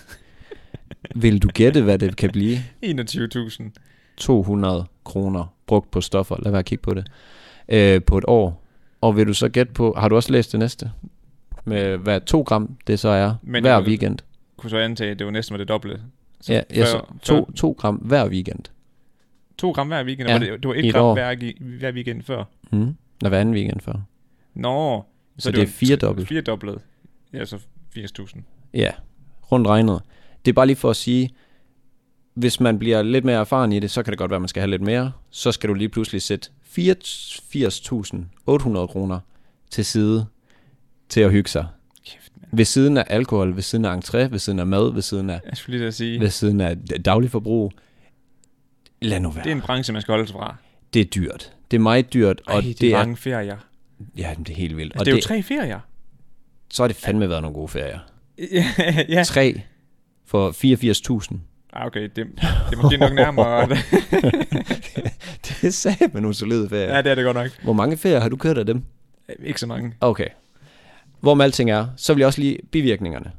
Vil du gætte, hvad det kan blive?
21.000.
200 kroner brugt på stoffer, lad være at kigge på det, øh, på et år. Og vil du så gætte på, har du også læst det næste? Med hvad 2 gram det så er Men
Men
hver
jeg vil-
weekend.
Kunne så antage, at det var næsten var det dobbelte. Så
Ja, ja, så
før- før-
2, 2 gram hver weekend.
to gram hver weekend.
Ja,
Ja, det, det var
i
et
et
gram
år.
hver, gi- hver weekend før.
Mm. Når hver anden weekend før.
Nå.
Så det er
jo
firedobbelt.
Fire dobbelt. Ja, så 80.000.
Ja, rundt regnet. Det er bare lige for at sige, hvis man bliver lidt mere erfaren i det, så kan det godt være, at man skal have lidt mere. Så skal du lige pludselig sætte 84.800 kroner til side til at hygge sig.
Kæft, mand.
Ved siden af alkohol, ved siden af entré, ved siden af mad, ved siden af,
Jeg skulle lige til at sige,
ved siden af d- dagligforbrug. Lad nu være.
det er en branche, man skal holde sig fra.
det er dyrt. Det er meget dyrt, og
Ej,
det,
det er
er,
mange ferier.
ja, jamen, det er helt vildt.
Altså,
og
det er jo
det,
tre ferier.
så har det fandme været nogle gode ferier.
ja, ja.
Tre for 84.000.
Ah, okay, det, det er måske nok nærmere.
Det sagde man nogle solide ferier.
ja, det er det godt nok.
Hvor mange ferier har du kørt af dem?
Ikke så mange.
Okay. Hvorom alting er, så vil jeg også lige bivirkningerne.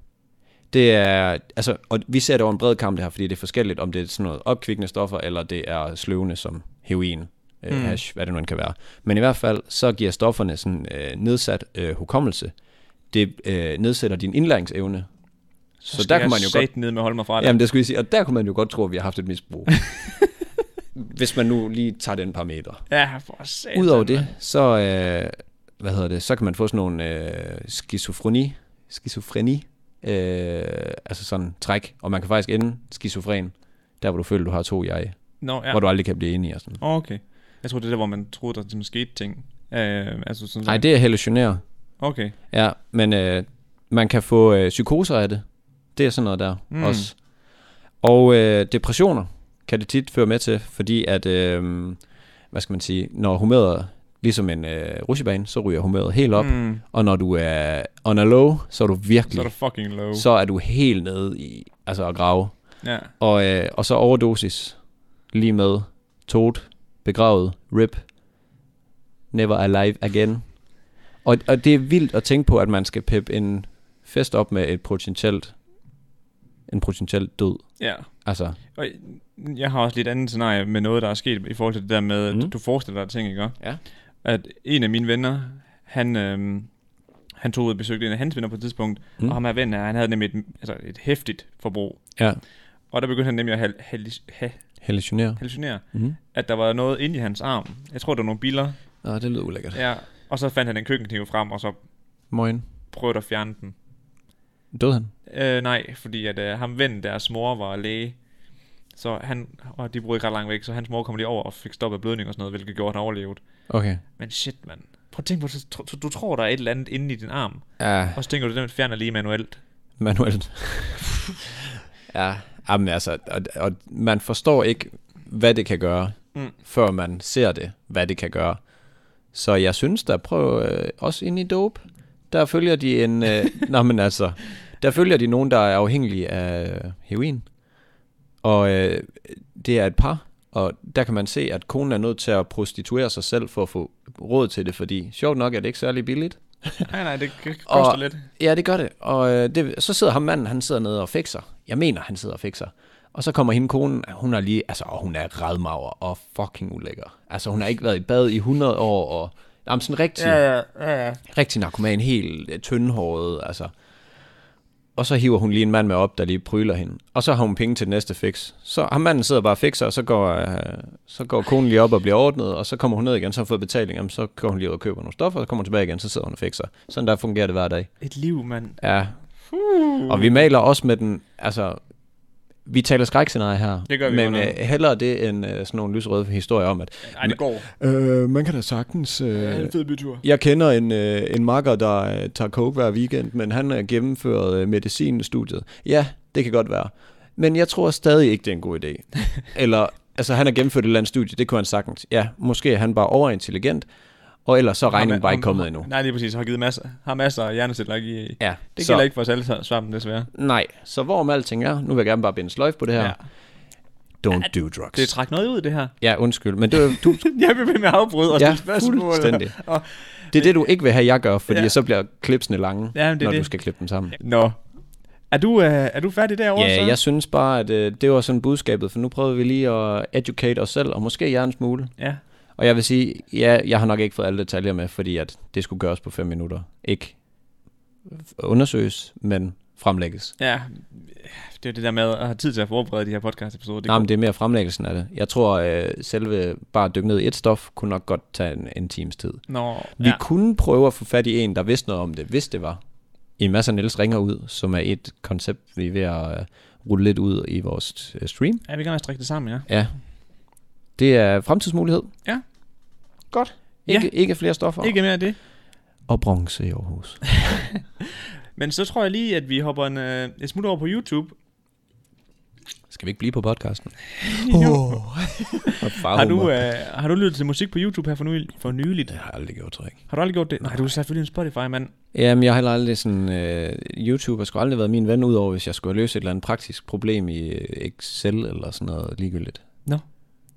Det er, altså, og vi ser det over en bred kamp det her, fordi det er forskelligt, om det er sådan noget opkvikkende stoffer, eller det er sløvende som heroin, øh,
Mm.
hash, hvad det nu end kan være. Men i hvert fald, så giver stofferne sådan øh, nedsat øh, hukommelse. Det øh, nedsætter din indlæringsevne. Så, så der kan man jo godt...
godt... ned med at holde mig fra det.
Jamen, det skulle jeg sige, og der kunne man jo godt tro, at vi har haft et misbrug. Hvis man nu lige tager den parameter.
Ja, for satan.
Udover
mand.
det, så, øh, hvad hedder det, så kan man få sådan nogle øh, skizofreni, skizofreni øh, altså sådan træk, og man kan faktisk ende skizofren, der hvor du føler, du har to jeg,
Nå,
ja.
ja.
hvor du aldrig kan blive enig og sådan.
Okay. Jeg tror, det er der, hvor man troede, der ligesom skete ting. Øh, altså sådan,
Nej, det er hallucinere.
Okay.
Ja, men øh, man kan få øh, psykoser af det. Det er sådan noget der
Mm.
mm. også. Og øh, depressioner kan det tit føre med til, fordi at, øh, hvad skal man sige, når humøret, ligesom en øh, rushebane, så ryger humøret helt op. Mm.
Mm,
Og når du er on a low, så er du
så er
virkelig,
du fucking low.
så er du helt nede i, altså at grave.
Ja.
Og, øh, og så overdosis, lige med tot, begravet, rip, never alive again. Og, og det er vildt at tænke på, at man skal peppe en fest op med et potentielt, en potentielt død.
Ja.
Altså,
Og jeg har også lidt andet scenarie med noget, der er sket i forhold til det der med, at
Mm.
du forestiller dig ting, ikke? også?
Ja.
At en af mine venner, han, øhm, han tog ud og besøgte en af hans venner på et tidspunkt, mm.
Mm.
og ham her ven her, han havde nemlig et, altså et hæftigt forbrug.
ja,
Og der begyndte han nemlig at hal- hal- ha-
hallucinere.
hallucinere,
Mm-hmm.
at der var noget inde i hans arm. Jeg tror, der var nogle biller.
Nå, det lyder ulækkert.
Ja. Og så fandt han en køkkenkniv frem, og så
Moin.
prøvede at fjerne den.
Død han?
Øh, nej, fordi at øh, ham ven deres mor var læge. Så han, og de boede ikke ret langt væk, så hans mor kom lige over og fik stoppet blødning og sådan noget, hvilket gjorde, at han overlevede.
Okay.
Men shit, mand. Prøv at tænke på, du, du, du tror, der er et eller andet inde i din arm,
Ja,
og så tænker du, den fjerner lige manuelt.
manuelt. ja, jamen altså, og, og man forstår ikke, hvad det kan gøre,
Mm.
mm. før man ser det, hvad det kan gøre. Så jeg synes, der prøv øh, også ind i dope, der følger de en, øh, nej men altså, der følger de nogen, der er afhængige af øh, heroin. Og øh, det er et par, og der kan man se, at konen er nødt til at prostituere sig selv for at få råd til det, fordi sjovt nok er det ikke særlig billigt.
Nej, nej, det k- koster
Og-
lidt.
Ja, det gør det. Og øh, det, så sidder ham manden, han sidder nede og fikser. Jeg mener, han sidder og fikser. Og så kommer hende konen, hun er lige, altså og hun er redmager og fucking ulækker. Altså hun har ikke været i bad i 100 år, og jamen, sådan rigtig, ja.
ja, ja, ja.
rigtig narkoman, helt øh, tyndhåret, altså. Og så hiver hun lige en mand med op, der lige pryler hende. Og så har hun penge til det næste fix. Så ham manden sidder bare og fikser, og så går, øh, så går konen lige op og bliver ordnet, og så kommer hun ned igen, så har hun fået betaling, jamen, så går hun lige ud og køber nogle stoffer, og så kommer hun tilbage igen, så sidder hun og fikser. Sådan der fungerer det hver dag.
Et liv, mand.
Ja. Og vi maler også med den, altså, vi taler skrækscenarier her.
Det gør vi
Men
godt
øh,
nok.
hellere det end øh, sådan nogle lysrøde historier om, at
Nej, det går.
øh, man kan da sagtens...
Ja,
Øh,
en fed bytur.
jeg kender en, øh, en makker, der øh, tager coke hver weekend, men han har gennemført øh, medicinstudiet. Ja, det kan godt være. Men jeg tror stadig ikke, det er en god idé. Eller, altså han har gennemført et eller andet studie, det kunne han sagtens. Ja, måske er han bare overintelligent, og ellers så er regningen bare ikke kommet endnu.
Nej, lige præcis. Har givet masser, har masser af hjerneceller i.
Ja,
Det
så-
gælder ikke for os alle sa- sammen, desværre.
Nej, så hvorom alting er, nu vil jeg gerne bare binde sløjf på det her.
Ja.
Ja. Don't do drugs.
Det er træk noget ud, det her.
ja, undskyld, men det er, du,
Jeg vil ved med at afbryde og
Ja,
stille spørgsmål.
fuldstændig.
Og,
det er det, du ikke vil have, jeg gør, fordi
Ja.
ja. så bliver klipsene lange,
Ja,
ja,
men det er
når
det.
du skal klippe dem sammen.
Nå. Er du, øh, er du færdig derovre?
Ja,
så?
jeg synes bare, at øh, det var sådan budskabet, for nu prøvede vi lige at educate os selv, og måske jer en smule.
Ja.
Og jeg vil sige, ja, jeg har nok ikke fået alle detaljer med, fordi at det skulle gøres på 5 minutter. Ikke undersøges, men fremlægges.
Ja, det er det der med at have tid til at forberede de her podcast-episoder. Det
Det Nej, men det er mere fremlæggelsen af det. Jeg tror, øh, selve bare at dykke ned i et stof, kunne nok godt tage en, en times tid.
Nå,
Vi
ja.
ja. kunne prøve at få fat i en, der vidste noget om det, hvis det var. I masser af Niels ringer ud, som er et koncept, vi er ved at øh, rulle lidt ud i vores øh, stream.
ja, vi kan også strikke det sammen, ja.
Ja. Det er fremtidsmulighed.
Ja.
Godt.
Ja.
Ikke, ikke flere stoffer.
Ikke mere af det.
Og bronze i Aarhus.
Men så tror jeg lige, at vi hopper en, øh, et smut over på YouTube.
Skal vi ikke blive på podcasten?
Jo.
Far,
Har du, øh, har du lyttet til musik på YouTube her for, nylig, for nyligt?
Det har jeg aldrig gjort, tror jeg ikke.
Har du aldrig gjort det? Nej, du er selvfølgelig en Spotify, mand.
Jamen, jeg har heller aldrig sådan... Øh, YouTube har sgu aldrig været min ven, udover hvis jeg skulle løse et eller andet praktisk problem i øh, Excel eller sådan noget ligegyldigt.
Nå,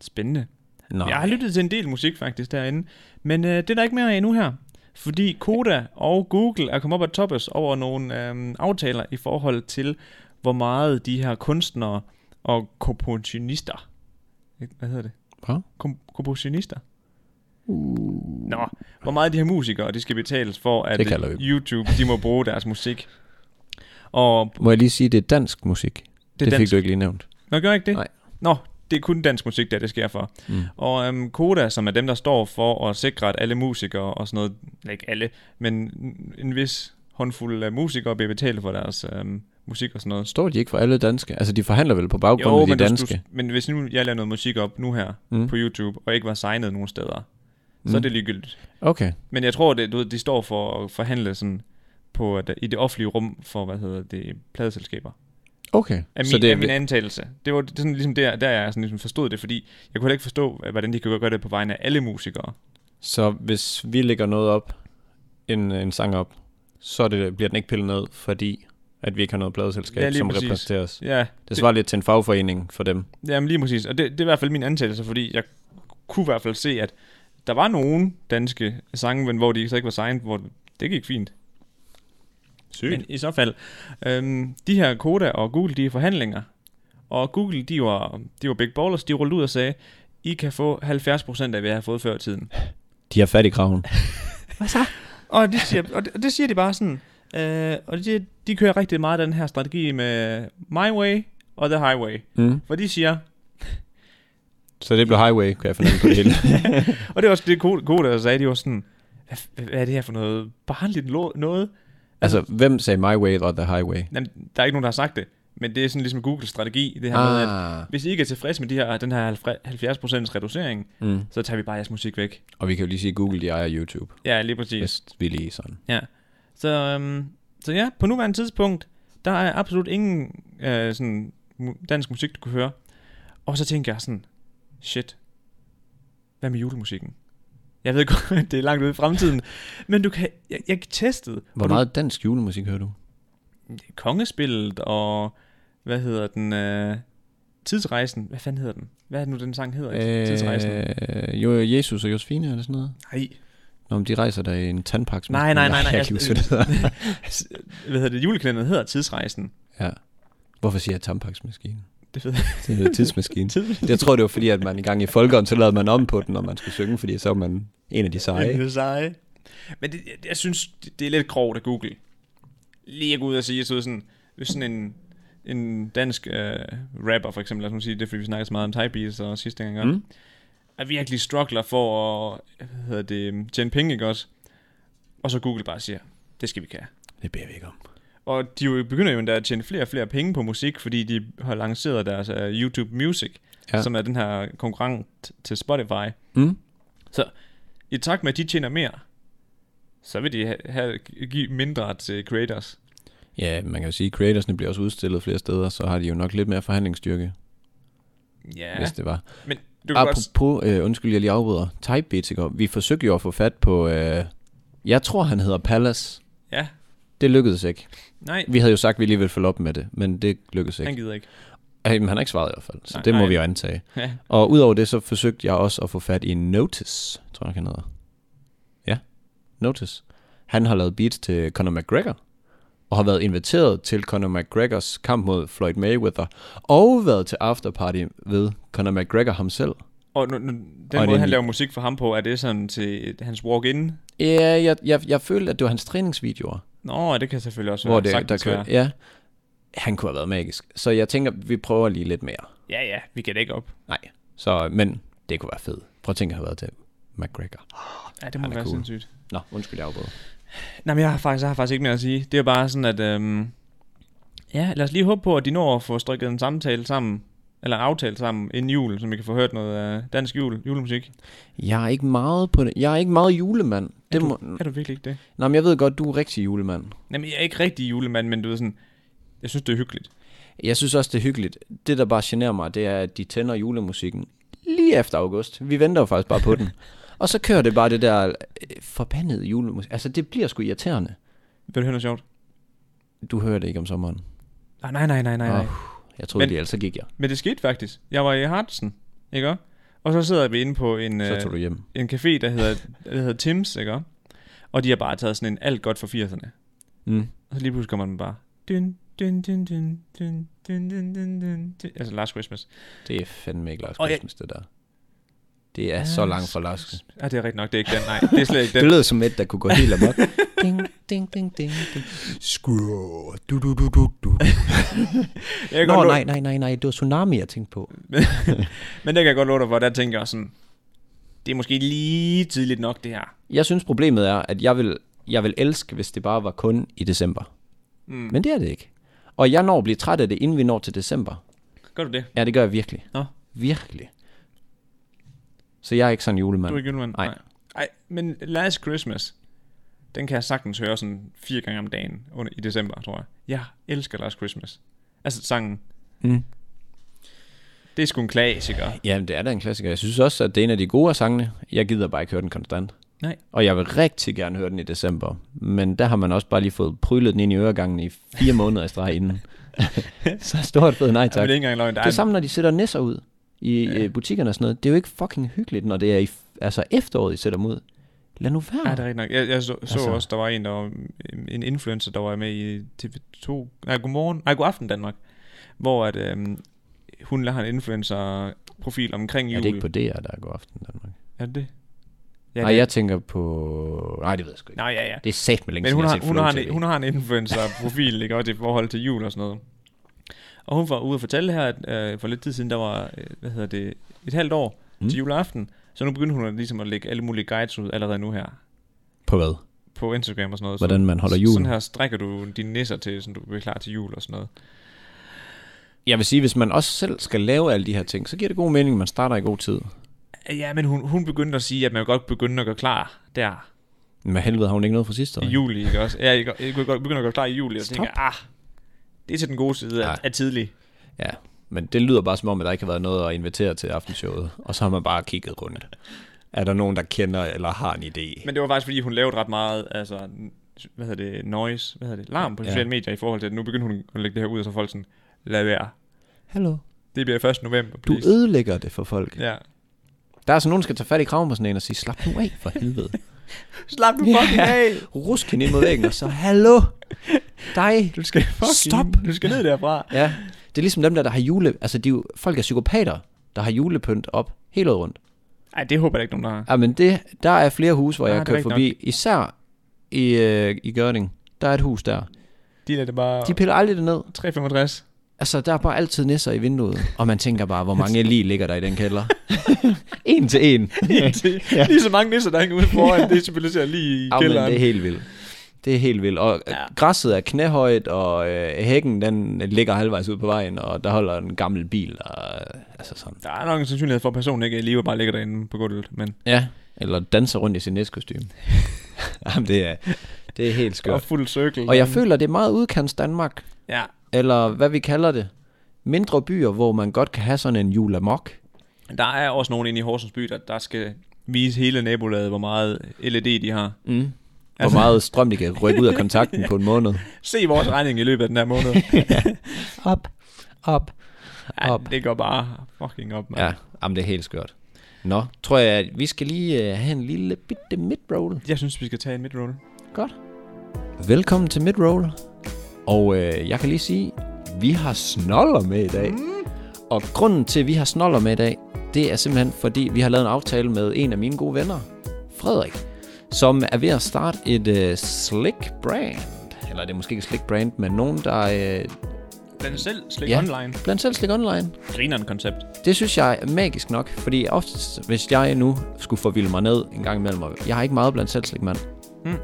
spændende.
Nå.
Jeg har lyttet til en del musik faktisk derinde. Men øh, det er der ikke mere af nu her. Fordi Koda og Google er kommet op at toppes over nogle øh, aftaler i forhold til, hvor meget de her kunstnere og kompositionister... Hvad hedder det?
Hvad?
Kom- kompositionister? Uh. Nå, hvor meget de her musikere, de skal betales for, at
Det kalder vi dem.
YouTube, de må bruge deres musik. Og
Må jeg lige sige, det er dansk musik? Det,
er
det fik
dansk.
du ikke lige nævnt.
Nå, gør jeg ikke det?
Nej.
Nå, det er kun dansk musik, der det sker for. Mm.
Mm.
Og øhm, Koda, som er dem, der står for at sikre, at alle musikere og sådan noget, eller ikke alle, men en vis håndfuld af musikere bliver betalt for deres øhm, musik og sådan noget.
Står de ikke for alle danske? Altså, de forhandler vel på baggrund af de
men, hvis
danske?
du, men hvis nu jeg laver noget musik op nu her mm.
Mm.
på YouTube, og ikke var signet nogen steder, så er det ligegyldigt.
Okay.
Men jeg tror, det, du ved, de står for at forhandle sådan på, at, i det offentlige rum for, hvad hedder det, pladeselskaber.
Okay.
Af min,
så det,
af min antagelse. Det var det, er sådan, ligesom der, der jeg sådan, ligesom forstod det, fordi jeg kunne heller ikke forstå, hvordan de kan gøre det på vegne af alle musikere.
så hvis vi lægger noget op, en, en sang op, så er det, bliver den ikke pillet ned, fordi at vi ikke har noget pladeselskab,
Ja,
ja,
lige
som
præcis.
repræsenteres.
Ja,
Det svarer lidt til en fagforening for dem.
Jamen lige præcis, og det, det er i hvert fald min antagelse, fordi jeg kunne i hvert fald se, at der var nogle danske sange, men hvor de så ikke var signet, hvor det gik fint.
Sygt.
Men i så fald, øhm, de her Koda og Google, de er i forhandlinger, og Google, de var, de var big ballers, de rullede ud og sagde, I kan få 70% af, hvad jeg har fået før i tiden.
De har fat i kraven.
Og det siger, og det, og det siger de bare sådan, øh, og de, siger, de kører rigtig meget den her strategi med my way og the highway,
Mm.
for de siger,
Så det blev highway, kan jeg fornemme på det hele.
Og det er også det gode, gode der sagde, de var sådan, hvad, f- hvad er det her for noget barnligt lo- noget?
altså, hvem sagde my way or the highway?
Jamen, der er ikke nogen, der har sagt det, men det er sådan ligesom Googles strategi, det her ah. med, at hvis I ikke er tilfredse med de her, den her 70% reducering,
Mm.
så tager vi bare jeres musik væk.
Og vi kan jo lige sige, at Google de ejer YouTube,
Ja, lige præcis. Yes.
hvis vi lige er sådan.
Ja. Så, øhm, så ja, på nuværende tidspunkt, der er absolut ingen øh, sådan, mu- dansk musik, du kan høre. Og så tænker jeg sådan, shit, hvad med julemusikken? Jeg ved godt, at det er langt ude i fremtiden, men du kan, jeg, jeg testede,
Hvor meget dansk julemusik hører du?
Kongespillet og hvad hedder den? Øh, tidsrejsen. Hvad fanden hedder den? Hvad er det nu den sang hedder? Øh, tidsrejsen.
Øh, jo, Jesus og Josefine eller sådan noget?
Nej.
Nå, men de rejser der i en tandpakke.
Nej, nej, altså, nej, nej,
Jeg
jeg-
kan ikke huske, hvad det hedder.
Hvad hedder det? Juleklænderen hedder Tidsrejsen.
ja. Hvorfor siger jeg tandpakkesmaskine?
Det ved
Det hedder tidsmaskine.
Tids-
jeg tror, det var fordi, at man i gang i folkeånd, så lavede man om på den, når man skulle synge, fordi så var man en af de seje.
Det seje. Men det, jeg, jeg synes, det, det er lidt grovt af Google. Lige at gå ud og sige, så sådan, hvis sådan en, en dansk øh, rapper for eksempel, lad os nu sige, det er fordi vi snakkede så meget om Thai Beats og sidste gang også, mm.
Mm.
at virkelig struggler for at hvad hedder det, tjene penge, ikke også? Og så Google bare siger, det skal vi kan.
Det beder vi ikke om.
Og de jo begynder jo endda at tjene flere og flere penge på musik, fordi de har lanceret deres uh, YouTube Music, ja.
Ja.
som er den her konkurrent til Spotify.
Mm?
Så i takt med, at de tjener mere, så vil de ha- have, give mindre til creators.
Ja, man kan jo sige, at creatorsne bliver også udstillet flere steder, så har de jo nok lidt mere forhandlingsstyrke, ja.
Ja,
hvis det var.
men du kan godt...
Apropos, øh, undskyld, jeg lige afbryder. Type Beats, ikke? vi forsøgte jo at få fat på, øh, jeg tror, han hedder Palace.
Ja,
Det lykkedes ikke.
nej,
Vi havde jo sagt, at vi lige ville følge op med det, men det lykkedes
han
ikke.
gider ikke.
Han, han har ikke svaret i hvert fald, så
Nej,
nej, det må
nej.
nej. vi jo antage.
Ja.
Og udover det, så forsøgte jeg også at få fat i Notice, tror jeg, han hedder. Ja, Notice. Han har lavet beats til Conor McGregor, og har været inviteret til Conor McGregors kamp mod Floyd Mayweather, og været til afterparty ved Conor McGregor ham selv.
Og nu, nu, den
Og
og
er
måde,
det
han
en-
laver musik for ham på, er det sådan til hans walk-in?
Ja, jeg, jeg, jeg følte, at det var hans træningsvideoer,
Nå, det kan selvfølgelig også
hvor
være
det, der
sagtens
kø-
være.
ja, han kunne have været magisk. Så jeg tænker, vi prøver lige lidt mere.
Ja, ja, vi kan det ikke op.
Nej, så, men det kunne være fedt. Prøv at tænke, at have været til McGregor.
Ja, det må
Han er
være cool.
cool.
sindssygt.
Nå, undskyld, jeg afbryder.
Nej, men jeg har faktisk, jeg har faktisk ikke mere at sige. Det er bare sådan, at... Øhm, ja, lad os lige håbe på, at de når at få strikket en samtale sammen, eller en aftale sammen inden jul, så vi kan få hørt noget af dansk jul, julemusik.
Jeg er ikke meget på det. Jeg er ikke meget julemand.
Er
Det
du,
må...
er du virkelig ikke det?
Nå, men jeg ved godt, du er rigtig julemand.
Jamen, jeg er ikke rigtig julemand, men du ved sådan... Jeg synes, det er hyggeligt.
Jeg synes også, det er hyggeligt. Det, der bare generer mig, det er, at de tænder julemusikken lige efter august. Vi venter jo faktisk bare på den. Og så kører det bare det der øh, forbandede julemusik. Altså, det bliver sgu irriterende.
Vil du høre noget sjovt?
Du hører det ikke om sommeren.
Nej, nej, nej, nej, nej. nej.
Åh, jeg troede,
Men-
men... det ellers så gik jeg.
Men det skete faktisk. Jeg var i Hartsen, ikke også? Og så sidder vi inde på en,
Så
øh,
tog du hjem.
en café, der hedder, der hedder Tim's, ikke også? Og de har bare taget sådan en alt godt for 80'erne.
Mm.
Og så lige pludselig kommer den bare. Dun, dun, dun, dun, dun, dun, dun, dun, dun, dun. Altså Last Christmas.
Det er fandme ikke Lars
Og jeg-
Christmas, det der. Det er så langt fra Lars.
Ja, Ah, det er rigtigt nok. Det er ikke den. Nej, det er slet ikke
Det
den.
lød som et, der kunne gå helt amok.
Ding, ding, ding, ding, ding.
Screw. Du, du, du, du, du.
Jeg kan
Nå,
godt love-
nej, nej, nej, nej. Det var tsunami, jeg tænkte på.
Men det kan jeg godt love dig for. Der tænker jeg sådan, det er måske lige tidligt nok, det her.
Jeg synes, problemet er, at jeg vil, jeg vil elske, hvis det bare var kun i december. Mm. Men det er det ikke. Og jeg når at blive træt af det, inden vi når til december.
Gør du det?
Ja, det gør jeg virkelig.
Nå.
Virkelig. Så jeg er ikke sådan en
Du
julemand.
er ikke julemand?
Nej.
Ej, men Last Christmas, den kan jeg sagtens høre sådan fire gange om dagen under, i december, tror jeg. Jeg elsker Last Christmas. Altså sangen.
Mm.
Det er sgu en klassiker.
Jamen, det er da en klassiker. Jeg synes også, at det er en af de gode af sangene. Jeg gider bare ikke høre den konstant.
Nej.
Og jeg vil rigtig gerne høre den i december. Men der har man også bare lige fået prylet den ind i øregangen i fire måneder i streg inden. så stort fed nej
Jeg
tak.
vil ikke engang løgn. Der
Det
er,
er samme, når de sætter nisser ud i ja. butikkerne og sådan noget. Det er jo ikke fucking hyggeligt, når det er i, altså efteråret, I sætter dem ud. Lad nu være.
Ja, det er rigtigt nok. Jeg, jeg så, så
Altså.
altså. også, der var en, der var en influencer, der var med i TV2, nej, godmorgen, nej, godaften Danmark, hvor at, øhm, hun har en influencer-profil omkring jul.
er det ikke på DR, der er god aften i Danmark?
Er det det?
Ja,
Ja,
Nej,
det-
jeg tænker på... Nej, det ved jeg sgu ikke.
Nej, ja, ja.
Det er sat med længe
Men
siden,
hun
jeg
har,
set
hun, har
Flow
en,
TV.
hun har en influencer-profil, ikke også, i forhold til jul og sådan noget. Og hun var ude og fortælle her, at øh, for lidt tid siden, der var, øh, hvad hedder det, et halvt år
Mm.
mm. til juleaften, så nu begyndte hun at, ligesom at lægge alle mulige guides ud allerede nu her
På hvad?
på Instagram og sådan noget.
Hvordan man holder
så,
jul.
Sådan her strækker du dine nisser til, sådan du bliver klar til jul og sådan noget.
Jeg vil sige, hvis man også selv skal lave alle de her ting, så giver det god mening, at man starter i god tid.
Ja, men hun, hun begyndte at sige, at man godt begynde at gøre klar der
Men hvad helvede har hun ikke noget fra sidste år?
i juli, ikke også? Ja, jeg, jeg, jeg begynder at gøre klar i juli, og så
Stop.
tænker jeg, ah, det er til den gode side af,
Ja.
af tidlig.
Ja, men det lyder bare som om, at der ikke har været noget at invitere til aftenshowet, og så har man bare kigget rundt. Er der nogen, der kender eller har en idé?
Men det var faktisk, fordi hun lavede ret meget, altså, n- hvad hedder det, noise, hvad hedder det, larm på
Ja.
sociale medier i forhold til, at nu begyndte hun at lægge det her ud, og så er folk sådan, lad være.
Hallo,
Det bliver 1. november,
du
please.
ødelægger det for folk.
Ja.
Der er sådan nogen, der skal tage fat i kraven på sådan en og sige, slap nu af for helvede.
Slap nu fucking af!
Rusk hende ind mod væggen og så, hallo, dig.
Du skal fucking,
Stop.
du skal ned derfra.
Ja, det er ligesom dem der, der har jule, altså de, er jo- folk er psykopater, der har julepynt op hele året rundt.
Ej, det håber jeg da ikke, nogen der har.
Ja, men det, der er flere huse, hvor
Ja, det
jeg
er
kører
rigtigt
forbi. Nok. Især i, øh, i Gørding. Der er et hus der.
De lader det bare...
De piller aldrig det ned.
365.
Altså, der er bare altid nisser i vinduet. Og man tænker bare, hvor mange lige ligger der i den kælder. en til en.
ja. Lige så mange nisser, der hænger ude foran, det symboliserer lige i
Ja, men
kælderen.
det er helt vildt. Det er helt vildt. Og ja.
Ja.
græsset er knæhøjt, og øh, hækken den ligger halvvejs ude på vejen, og der holder en gammel bil. Og, øh, altså sådan.
Der er nok en sandsynlighed for, at personen ikke er i live og bare ligger derinde på gulvet, men
Ja, eller danser rundt i sin næstkostyme. Jamen, det er, det er helt
det er
skørt.
fuld cirkel.
Og jeg føler, det er meget udkants Danmark.
Ja,
eller hvad vi kalder det, mindre byer, hvor man godt kan have sådan en julamok.
der er også nogen inde i Horsens by, der, der skal vise hele nabolaget, hvor meget LED de har.
Mm.
Altså-
Hvor meget strøm de kan rykke ud af kontakten på en måned.
Se vores regning i løbet af den her måned.
Op, op.
Ja,
Op.
det går bare fucking op, mand. Ja.
Ja, jamen det er helt skørt. Nå, tror jeg, at vi skal lige øh, have en lille bitte midroll.
Jeg synes, vi skal tage en midroll.
Godt. Velkommen til midroll. Og øh, jeg kan lige sige, vi har snoller med i dag. Mm. Og grunden til, at vi har snoller med i dag, det er simpelthen, fordi vi har lavet en aftale med en af mine gode venner, Frederik, som er ved at starte et øh, slick brand. Eller det er måske ikke et slick brand, men nogen, der øh,
Den selv slik
Ja.
ja. online.
blandt selv slik online.
Grineren koncept.
Det synes jeg er magisk nok, fordi ofte, hvis jeg nu skulle forvilde mig ned en gang imellem, og jeg har ikke meget blandt selvslik, mand.
Mm.
Hmm.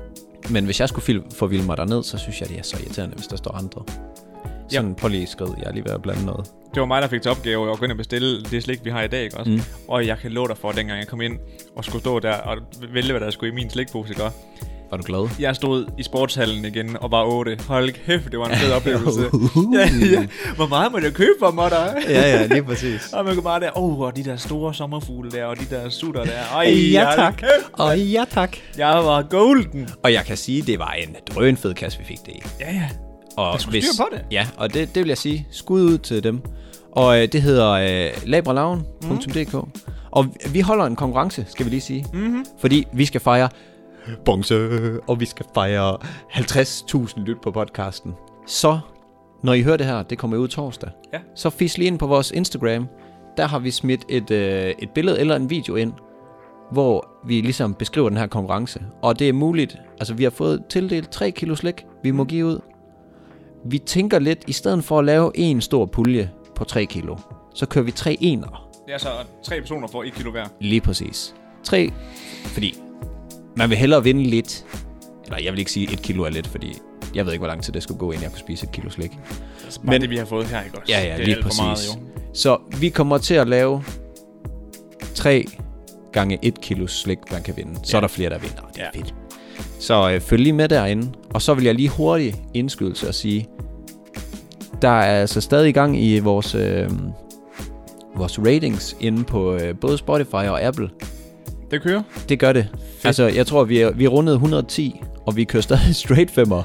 Men hvis jeg skulle fil- forvilde mig derned, så synes jeg, det er så irriterende, hvis der står andre. Sådan, prøv lige skrid, jeg er lige ved at blande noget.
Det var mig, der fik til opgave at gå ind og bestille det slik, vi har i dag, ikke også?
Mm.
Mm. Og jeg kan love dig for, at dengang jeg kom ind og skulle stå der og vælge, hvad der skulle i min slikpose, ikke også?
Var du glad?
Jeg stod i sportshallen igen og var 8. Hold kæft, det var en fed oplevelse. ja, ja. Hvor meget må jeg købe for mig, der?
ja, ja, lige præcis.
Og man kan bare der, åh, oh, og de der store sommerfugle der, og de der sutter der. Ej,
ja,
hold
tak.
kæft,
Og ja, tak.
Jeg var golden.
Og jeg kan sige, det var en drønfed kasse, vi fik det i.
Ja, ja.
Og
Der skulle styr på det.
Ja, og det, det vil jeg sige. Skud ud til dem. Og øh, det hedder øh, labralaven.dk. Mm. Og vi- vi holder en konkurrence, skal vi lige sige. Mm-hmm. Fordi vi skal fejre Bonse, og vi skal fejre 50.000 lyt på podcasten. Så, når I hører det her, det kommer ud torsdag,
Ja.
så fisk lige ind på vores Instagram. Der har vi smidt et, øh, et billede eller en video ind, hvor vi ligesom beskriver den her konkurrence. Og det er muligt, altså vi har fået tildelt 3 kilo slik, vi må give ud. Vi tænker lidt, i stedet for at lave en stor pulje på 3 kilo, så kører vi tre ener.
Det er så tre personer får 1 kilo hver.
Lige præcis. Tre, fordi man vil hellere vinde lidt. Eller jeg vil ikke sige, at et kilo er lidt, fordi jeg ved ikke, hvor lang tid det skulle gå, inden jeg kunne spise et kilo slik.
Altså, bare
Men-
Men, det, vi har fået her, ikke også?
Ja, ja,
det er
lige
alt for
præcis.
Meget, jo.
Så vi kommer til at lave tre gange 1 kilo slik, man kan vinde. Så
Ja.
er der flere, der vinder. Det er
Ja.
fedt. Så øh, følg lige med derinde. Og så vil jeg lige hurtigt indskyde til at sige, der er altså stadig i gang i vores, øh, vores ratings inde på øh, både Spotify og Apple.
Det kører.
Det gør det. Altså, jeg tror, vi er, vi er rundet 110, og vi kører stadig straight femmer.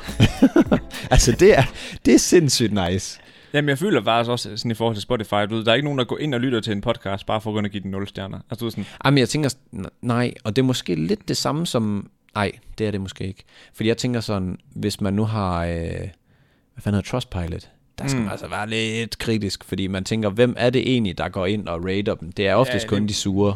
altså, det er, det er sindssygt nice.
Jamen, jeg føler faktisk også sådan i forhold til Spotify, du ved, der er ikke nogen, der går ind og lytter til en podcast, bare for at gå ind og give den 0 stjerner. Altså, du ved sådan,
Jamen, jeg tænker, n- nej, og det er måske lidt det samme som... Nej, det er det måske ikke. Fordi jeg tænker sådan, hvis man nu har... Øh, hvad fanden hedder Trustpilot? Der skal mm. man altså være lidt kritisk, fordi man tænker, hvem er det egentlig, der går ind og rater dem? Det er oftest ja,
det-
kun de sure.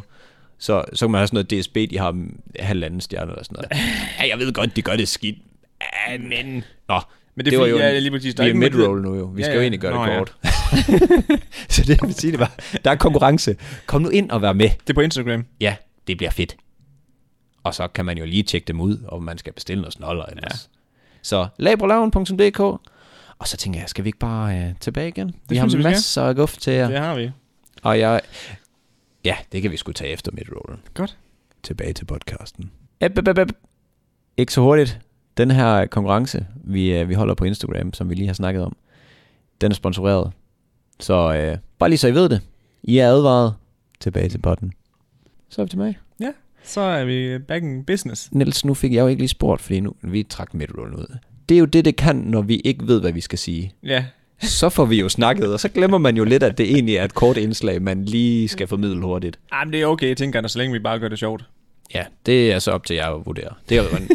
Så, så kan man have sådan noget DSB, de har mm, halvanden stjerne eller sådan noget. ja, jeg ved godt, de gør det skidt. Ja, men... Nå,
Mm. Men det, det var jo, ja, lige præcis, der
vi er
ikke nogen, der-
midroll nu jo. Vi
Ja,
skal
ja.
jo egentlig gøre
Nå,
det
ja.
kort. så det vil sige, det var, der er konkurrence. Kom nu ind og vær med.
Det er på Instagram.
Ja, det bliver fedt. Og så kan man jo lige tjekke dem ud, om man skal bestille noget snoller ellers. Ja. Så labrolaven.dk Og så tænker jeg, skal vi ikke bare øh, tilbage igen? Det vi har
synes jeg, vi skal.
masser af guf til jer.
Det har vi.
Og jeg... Ja, det kan vi sgu tage efter midrollen.
Godt.
Tilbage til podcasten. Ep, ep, ep, ep. Ikke så hurtigt. Den her øh, konkurrence, vi, øh, vi holder på Instagram, som vi lige har snakket om, den er sponsoreret. Så øh, bare lige så I ved det. I er advaret. Tilbage til potten. Så er vi tilbage.
Så er vi back in business.
Niels, nu fik jeg jo ikke lige spurgt, fordi nu vi trak midrollen ud. Det er jo det, det kan, når vi ikke ved, hvad vi skal sige.
Ja,
Så får vi jo snakket, og så glemmer man jo lidt, at det egentlig er et kort indslag, man lige skal formidle hurtigt.
Ej, men det er okay, tænker jeg, så længe vi bare gør det sjovt.
Ja, det er så op til jer at vurdere. Det er, jo en,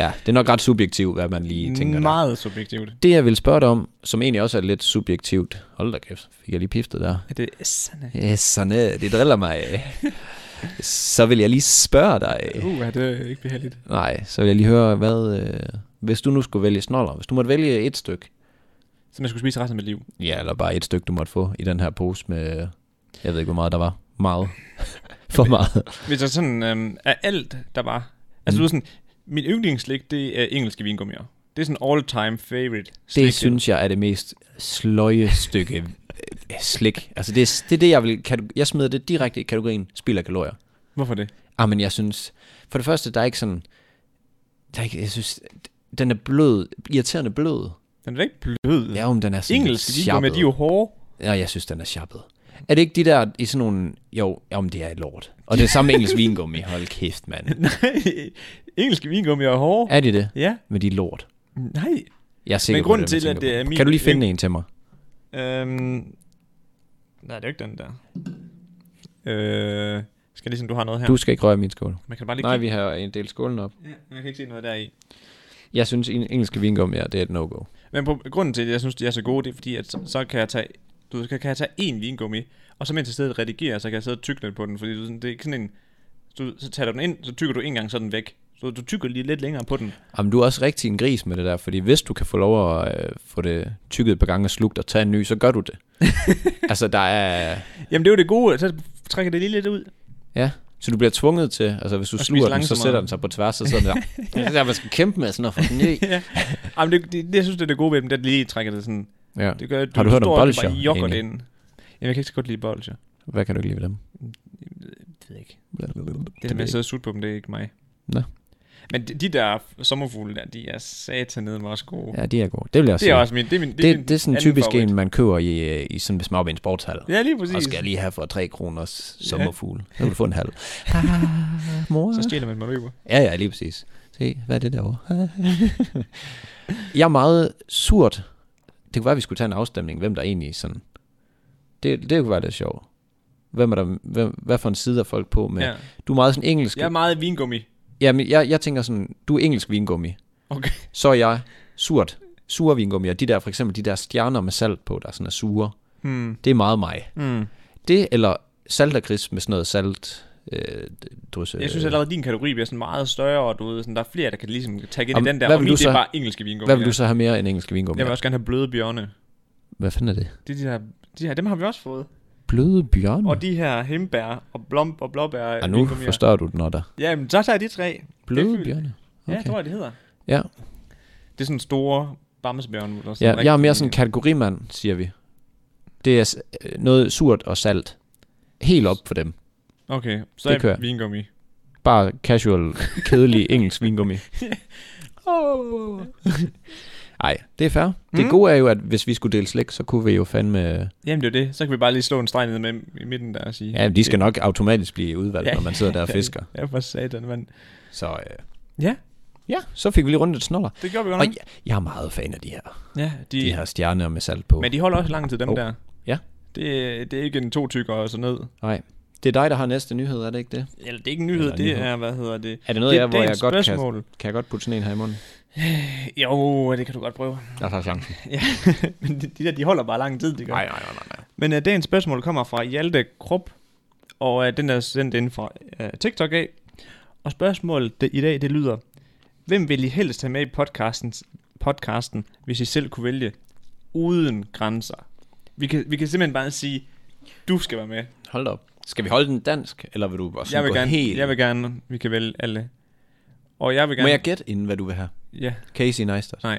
ja, det er nok ret subjektivt, hvad man lige tænker der.
Meget subjektivt.
Det, jeg vil spørge dig om, som egentlig også er lidt subjektivt. Hold da kæft, fik jeg lige piftet der.
Er det sande?
Ja, sådan er det driller mig. Så vil jeg lige spørge dig.
Uh, er det ikke behageligt?
Nej, så vil jeg lige høre, hvad... Øh, hvis du nu skulle vælge snoller, hvis du måtte vælge et stykke,
Som jeg skulle spise resten af mit liv.
ja, eller bare et stykke, du måtte få i den her pose med... Jeg ved ikke, hvor meget der var. Meget. For meget.
Hvis jeg sådan øhm, er alt, der var... Altså,
Mm.
du ved sådan, min yndlingsslik, det er engelske vingummier. Det er sådan all-time favorite slik.
Det synes jeg er det mest sløje stykke øh, slik. Altså det, er- det er det, jeg vil... kate- Jeg smider det direkte i kategorien spild af kalorier.
Hvorfor det?
Ah, men jeg synes... For det første, der er ikke sådan... Der er ikke, jeg synes, den er blød. Irriterende blød.
Den er da ikke blød.
Ja, om den er sådan
engelske
lidt
vingummier, de er jo hårde.
Ja, jeg synes, den er sjappet. Er det ikke de der i sådan nogle... Jo, om det er et lort. Og det er samme engelsk vingummi. Hold kæft, mand.
Nej, engelske vingummier er hårde.
Er det det?
Ja.
Men de er lort.
Nej.
Jeg er sikker
Men
på,
grunden
det, man
til, at
tænker
det
på.
er min-
Kan du lige finde en til mig?
Øhm... Nej, det er jo ikke den der. Øh... Skal jeg ligesom, du har noget her?
Du skal ikke røre min skål.
Man kan bare lige
Nej,
kigge-
vi har en del skålen op.
Ja, man kan ikke se noget der i.
Jeg synes, en engelske vingummi er, det er et no-go.
Men på, grunden til, at jeg synes, de er så gode, det er fordi, at så, så kan jeg tage du ved, så kan jeg tage en vingummi, og så mens jeg sidder og redigerer, så kan jeg sidde og tykke lidt på den, fordi du, ved, sådan, det er ikke sådan en... Du, så tager du den ind, så tykker du en gang, så er den væk. Så du tykker lige lidt længere på den.
Jamen, du er også rigtig en gris med det der, fordi hvis du kan få lov at øh, få det tykket et par gange og slugt og tage en ny, så gør du det. altså, der er...
Jamen det er jo det gode, så trækker det lige lidt ud.
Ja, så du bliver tvunget til, altså hvis du
Og spise
sluger den, så
langsommere.
sætter den sig på tværs, og så sådan der. Det er der, man skal kæmpe med sådan at få den i.
ja. Jamen det, det, det, jeg synes, det er det gode ved dem, det er, at de lige trækker det sådan.
Ja.
Det gør, at du,
Har du hørt om
står, og bare
bolsjer,
jokker det
egentlig?
ind. Jamen jeg kan ikke så godt lide bolsjer.
Hvad kan du ikke lide ved dem?
Det ved jeg ikke.
Det,
Det, det med at sidde og sutte på dem, det er ikke mig.
Nå.
Men de, de der f- sommerfugle der, de er satanede med også gode. Ja,
Ja, de er gode. Det vil jeg
det
sige.
er også min, det er min,
det,
er
det,
min
det, er sådan
anden
typisk
favorit.
en, man køber i, øh, i sådan en smagbens sportshal.
Ja, lige
Og
præcis.
skal jeg lige have for 3 kroners sommerfugl. Så kan du få en halv. Ah, mor.
Så stjæler man, man løber.
Ja, ja, lige præcis. Se, hvad er det derovre? jeg er meget surt. Det kunne være, at vi skulle tage en afstemning, hvem der egentlig sådan... Det, det kunne være lidt sjovt. Hvem er der, hvem, hvad for en side er folk på med?
Ja.
Ja. Du er meget sådan engelsk.
Jeg er meget vingummi.
Jamen, jeg, jeg tænker sådan, du er engelsk vingummi.
Okay.
Så er jeg surt. Sure vingummier. De der, for eksempel de der stjerner med salt på, der sådan er sure.
Hmm.
Det er meget mig.
Mm.
Det, eller saltergris med sådan noget salt... Øh, drysse.
Jeg synes allerede, at din kategori bliver sådan meget større, og du ved, sådan, der er flere, der kan ligesom tage ind
Jamen,
i den der,
hvad
og
vil
min,
du
det er
så-
bare engelske vingummi.
Hvad vil du så have mere end engelske vingummier?
Jeg vil også gerne have bløde bjørne.
Hvad fanden er det?
Det er de her, de her, dem har vi også fået.
Bløde bjørn?
Og de her hembær og blomb og blåbær
Og nu forstår du den, og der.
Jamen, så tager jeg de tre. Det er
Bløde
fint.
bjørne?
Ja,
Okay.
tror jeg, det hedder.
Ja.
Det er sådan store bamsebjørn. der
ja,
rigtig-
jeg er mere sådan en kategorimand, siger vi. Det er s- øh, noget surt og salt. Helt op for dem.
Okay, så
Det
er
kører.
vingummi.
Bare casual, kedelig engelsk vingummi.
Oh.
Nej, det er fair. Mm.
Mm.
Det gode er jo, at hvis vi skulle dele slægt, så kunne vi jo fandme...
Jamen det er jo det. Så kan vi bare lige slå en streg ned med i midten der og sige...
Ja, de skal nok automatisk blive udvalgt,
Ja.
når man sidder der og fisker.
Ja, for satan, mand.
Så øh,
Ja,
ja, så fik vi lige rundt et snoller.
det gjorde vi godt
Og
nok.
jeg, jeg er meget fan af de her,
Ja, de,
de her stjerner med salt på.
Men de holder også lang tid, dem
Oh.
der.
Ja.
Det, det er ikke en to tykker og sådan ned.
Nej, det er dig, der har næste nyhed, er det ikke det?
Eller det er ikke en nyhed,
Eller en
det
nyhed.
er, hvad hedder det?
Er det noget,
det
jeg, hvor jeg
dagens
godt kan,
spørgsmål.
kan jeg godt putte sådan en her i munden?
Jo, det kan du godt prøve.
Jeg tager chancen.
Ja, men de, de der, de holder bare lang tid, det gør.
Nej, nej, nej, nej, nej.
Men uh, dagens spørgsmål kommer fra Hjalte Krup, og uh, den er sendt ind fra uh, TikTok af. Og spørgsmålet det, i dag, det lyder, hvem vil I helst have med i podcasten, podcasten hvis I selv kunne vælge, uden grænser? Vi kan, vi kan simpelthen bare sige, du skal være med.
Hold da op. Skal vi holde den dansk, eller vil du bare sådan
Jeg vil,
gå
gerne,
helt...
jeg vil gerne, vi kan vælge alle. Og jeg vil gerne...
Må jeg gætte inden, hvad du vil have?
Ja,
Casey Neistat.
nej.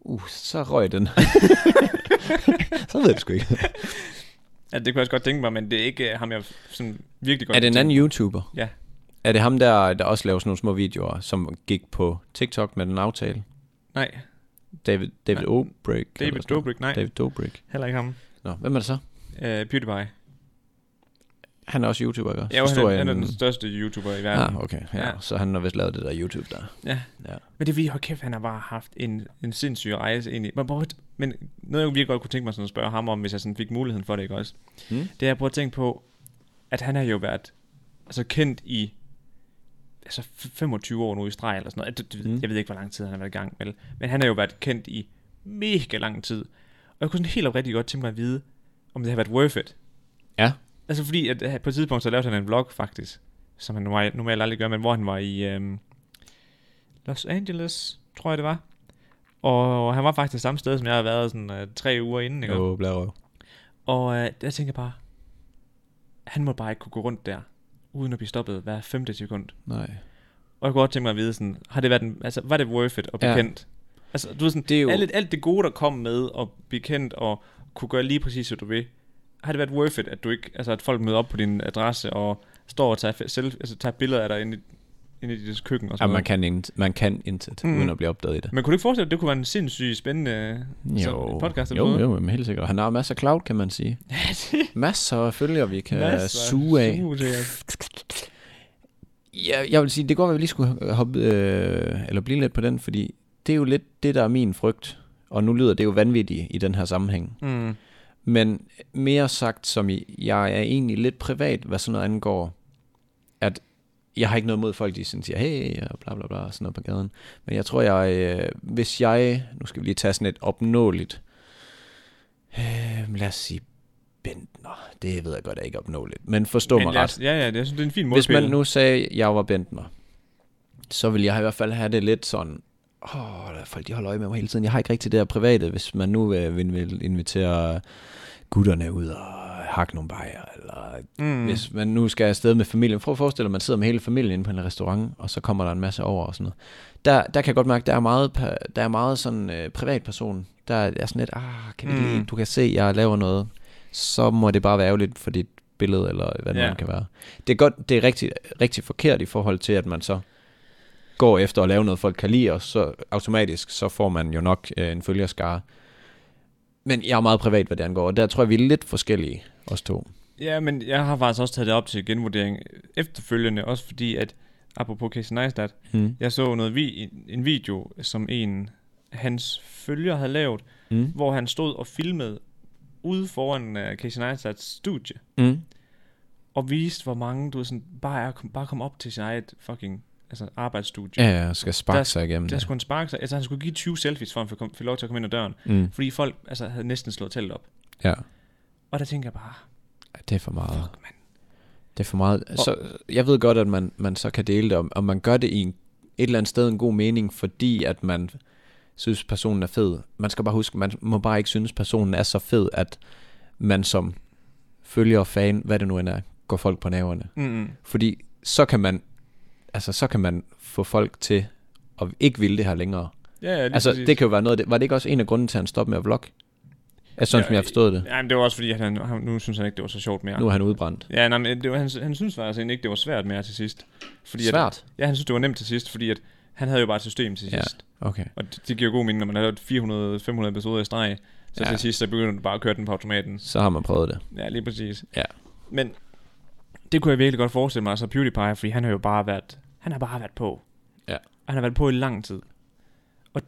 Uh, så røg den. så ved jeg det sgu ikke.
Ja, det kunne jeg også godt tænke mig, men det er ikke uh, ham, jeg sådan virkelig godt
Er det en
tænker-
anden YouTuber?
Ja.
Er det ham, der, der også laver sådan nogle små videoer, som gik på TikTok med den aftale?
Nej,
David, David
Nej.
Dobrik? eller
David
sådan noget.
Dobrik, nej.
David Dobrik.
Heller ikke ham.
Nå, hvem er det så?
Uh, PewDiePie.
Han er også YouTuber, ikke? også?
Ja, jo, han,
Forstår
er,
jeg
han er
en-
den største YouTuber i verden.
Ah, okay. Ja,
Ja.
ja. Så han har vist lavet det der YouTube der.
Ja.
ja.
Men det er fordi, hold kæft, han har bare haft en, en sindssyg rejse egentlig. Men, prøv at- men noget, jeg virkelig godt kunne tænke mig sådan at spørge ham om, hvis jeg sådan fik muligheden for det, ikke også?
Hmm?
Det er, prøv at tænke på, at han har jo været altså, kendt i altså, f- 25 år nu i streg eller sådan noget. Jeg,
Mm.
mm. jeg ved ikke, hvor lang tid han har været i gang med, men han har jo været kendt i mega lang tid. Og jeg kunne sådan helt oprigtigt godt tænke mig at vide, om det har været worth it.
Ja.
Altså fordi, at øh, på et tidspunkt, så lavede han en vlog faktisk, som han norma- normalt aldrig gør, men hvor han var i øhm, Los Angeles, tror jeg det var. Og han var faktisk samme sted, som jeg havde været sådan øh, tre uger inden. Ikke?
Jo, blærerøv.
Og øh, der tænker jeg bare, han må bare ikke kunne gå rundt der, uden at blive stoppet hver femte sekund.
Nej.
Og jeg kunne godt tænke mig at vide, sådan, har det været en, altså, var det worth it at blive
Ja.
ja. kendt? Altså, du ved sådan,
Det er jo-
alt, alt det gode, der kom med at blive kendt og kunne gøre lige præcis, hvad du vil, har det været worth it, at, du ikke, altså, at folk møder op på din adresse og står og tager, fe- selv, altså, tager billeder af dig inde i, inde i dit køkken og
Ja,
sådan
man
noget?
kan, intet, man kan intet,
Mm.
mm. uden at blive opdaget i det.
Men kunne du ikke forestille dig, at det kunne være en sindssygt spændende øh, sådan, podcast? eller
jo,
noget?
jo, men helt sikkert. Han har masser af cloud, kan man sige. masser af følger, vi kan masser. suge af.
Suge til, ja.
Ja, jeg vil sige, det går, at vi lige skulle øh, hoppe, øh, eller blive lidt på den, fordi det er jo lidt det, der er min frygt. Og nu lyder det jo vanvittigt i den her sammenhæng.
Mm.
Men mere sagt, som i, jeg er egentlig lidt privat, hvad sådan noget angår, at jeg har ikke noget mod folk, de sådan siger, hey, og bla bla bla, og sådan noget på gaden. Men jeg tror, jeg, øh, hvis jeg, nu skal vi lige tage sådan et opnåeligt, øh, lad os sige, Bentner, det ved jeg godt er ikke opnåeligt, men forstå
Men
mig
lad
ret.
os- Ja, ja, det, jeg synes, det er en fin
Hvis
målpæl.
man nu sagde, at jeg var Bentner, så ville jeg i hvert fald have det lidt sådan, åh, oh, der er folk, de holder øje med mig hele tiden. Jeg har ikke rigtig det der private, hvis man nu øh, vil, vil invitere gutterne ud og hakke nogle bajer, eller mm.
mm.
hvis man nu skal afsted med familien. Prøv at forestille dig, at man sidder med hele familien inde på en restaurant, og så kommer der en masse over og sådan noget. Der, der kan jeg godt mærke, der er meget, pa- der er meget sådan øh, privatperson. Der er sådan lidt, ah, kan vi
Mm.
lige, du kan se, jeg laver noget. Så må det bare være ærgerligt for dit billede, eller hvad det
Ja.
yeah. kan være. Det er, godt, det er rigtig, rigtig forkert i forhold til, at man så går efter at lave noget, folk kan lide, og så automatisk, så får man jo nok øh, en følgerskare. Men jeg er meget privat, hvad det angår, og der tror jeg, vi er lidt forskellige, os to.
Ja, men jeg har faktisk også taget det op til genvurdering efterfølgende, også fordi at, apropos Casey Neistat,
Mm.
jeg så noget vi, en video, som en hans følger havde lavet,
Mm.
hvor han stod og filmede ude foran uh, Casey Neistats studie,
Mm.
og viste, hvor mange, du ved, sådan, bare, er, bare kom op til sin eget fucking altså, arbejdsstudie.
Ja, ja, skal sparke
Der-
sig igennem
Der
det.
skulle han sparke sig, altså han skulle give 20 selfies, for han fik, fik lov til at komme ind ad døren,
Mm.
fordi folk altså, havde næsten slået teltet op.
Ja,
Og der tænker jeg bare,
Ej, det er for meget.
fuck mand.
Det er for meget. Så, øh, jeg ved godt, at man, man så kan dele det, og, og man gør det i en, et eller andet sted en god mening, fordi at man synes, personen er fed. Man skal bare huske, man må bare ikke synes, personen er så fed, at man som følger og fan, hvad det nu end er, går folk på naverne.
Mm-mm.
Fordi så kan man, altså, så kan man få folk til at ikke ville det her længere.
Ja, ja, lige
Altså,
præcis.
det kan jo være noget af det. Var det ikke også en af grunden til, at han stoppede med at vlogge? Altså, sådan
Ja,
som jeg forstod det.
Ja, men det var også fordi, at han, han, nu synes han ikke, det var så sjovt mere.
Nu er han udbrændt.
Ja, nej, men det var, han, han synes faktisk egentlig ikke, det var svært mere til sidst. Fordi At,
Svært.
ja, han synes, det var nemt til sidst, fordi at han havde jo bare et system til
Ja.
sidst.
Okay.
Og det, det giver jo god mening, når man har lavet 400-500 episoder i streg. Så ja.
Ja.
til sidst, så begynder du bare at køre den på automaten.
Så har man prøvet det.
Ja, lige præcis.
Ja.
Men det kunne jeg virkelig godt forestille mig, altså PewDiePie, fordi han har jo bare været, han har bare været på.
Ja.
Og han har været på i lang tid. Og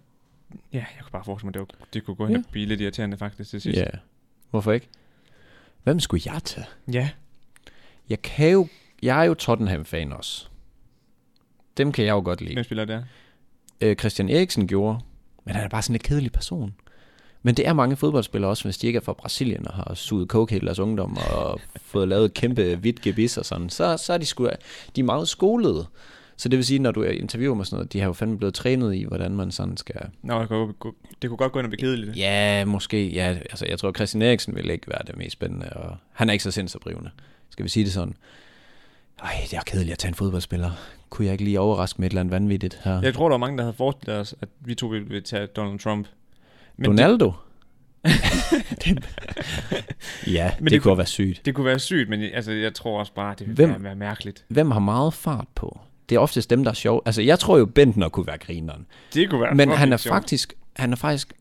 ja, jeg kunne bare forestille mig, det, var, det kunne gå hen
Ja.
og blive lidt irriterende faktisk til sidst.
Ja. Hvorfor ikke? Hvem skulle jeg tage?
Ja.
Jeg kan jo... Jeg er jo Tottenham-fan også. Dem kan jeg jo godt lide.
Hvem spiller der?
øh, Christian Eriksen gjorde. Men han er bare sådan en kedelig person. Men det er mange fodboldspillere også, hvis de ikke er fra Brasilien og har suget coke hele deres ungdom og fået lavet et kæmpe hvidt gebis og sådan, så, så er de, sku, de er meget skolede. Så det vil sige, når du interviewer med sådan noget, de har jo fandme blevet trænet i, hvordan man sådan skal...
Nå, det kunne, godt- det kunne godt gå ind og blive kedeligt.
Ja, måske. Ja, altså, jeg tror, Christian Eriksen ville ikke være det mest spændende, og han er ikke så sindsoprivende. Skal vi sige det sådan? Ej, det er kedeligt at tage en fodboldspiller. Kunne jeg ikke lige overraske med et eller andet vanvittigt her?
Jeg tror, der var mange, der havde forestillet os, at vi to ville ville tage Donald Trump. Men
Ronaldo? ja,
Men
det,
det
det kunne være sygt.
Det, det kunne være sygt, men jeg- altså, jeg tror også bare, det ville
Hvem?
være, være mærkeligt.
Hvem har meget fart på? Det er oftest dem, der er sjov. Altså, jeg tror jo, Bentner kunne være grineren.
Det kunne være
Men han
fucking
er
sjovt.
faktisk, han er faktisk,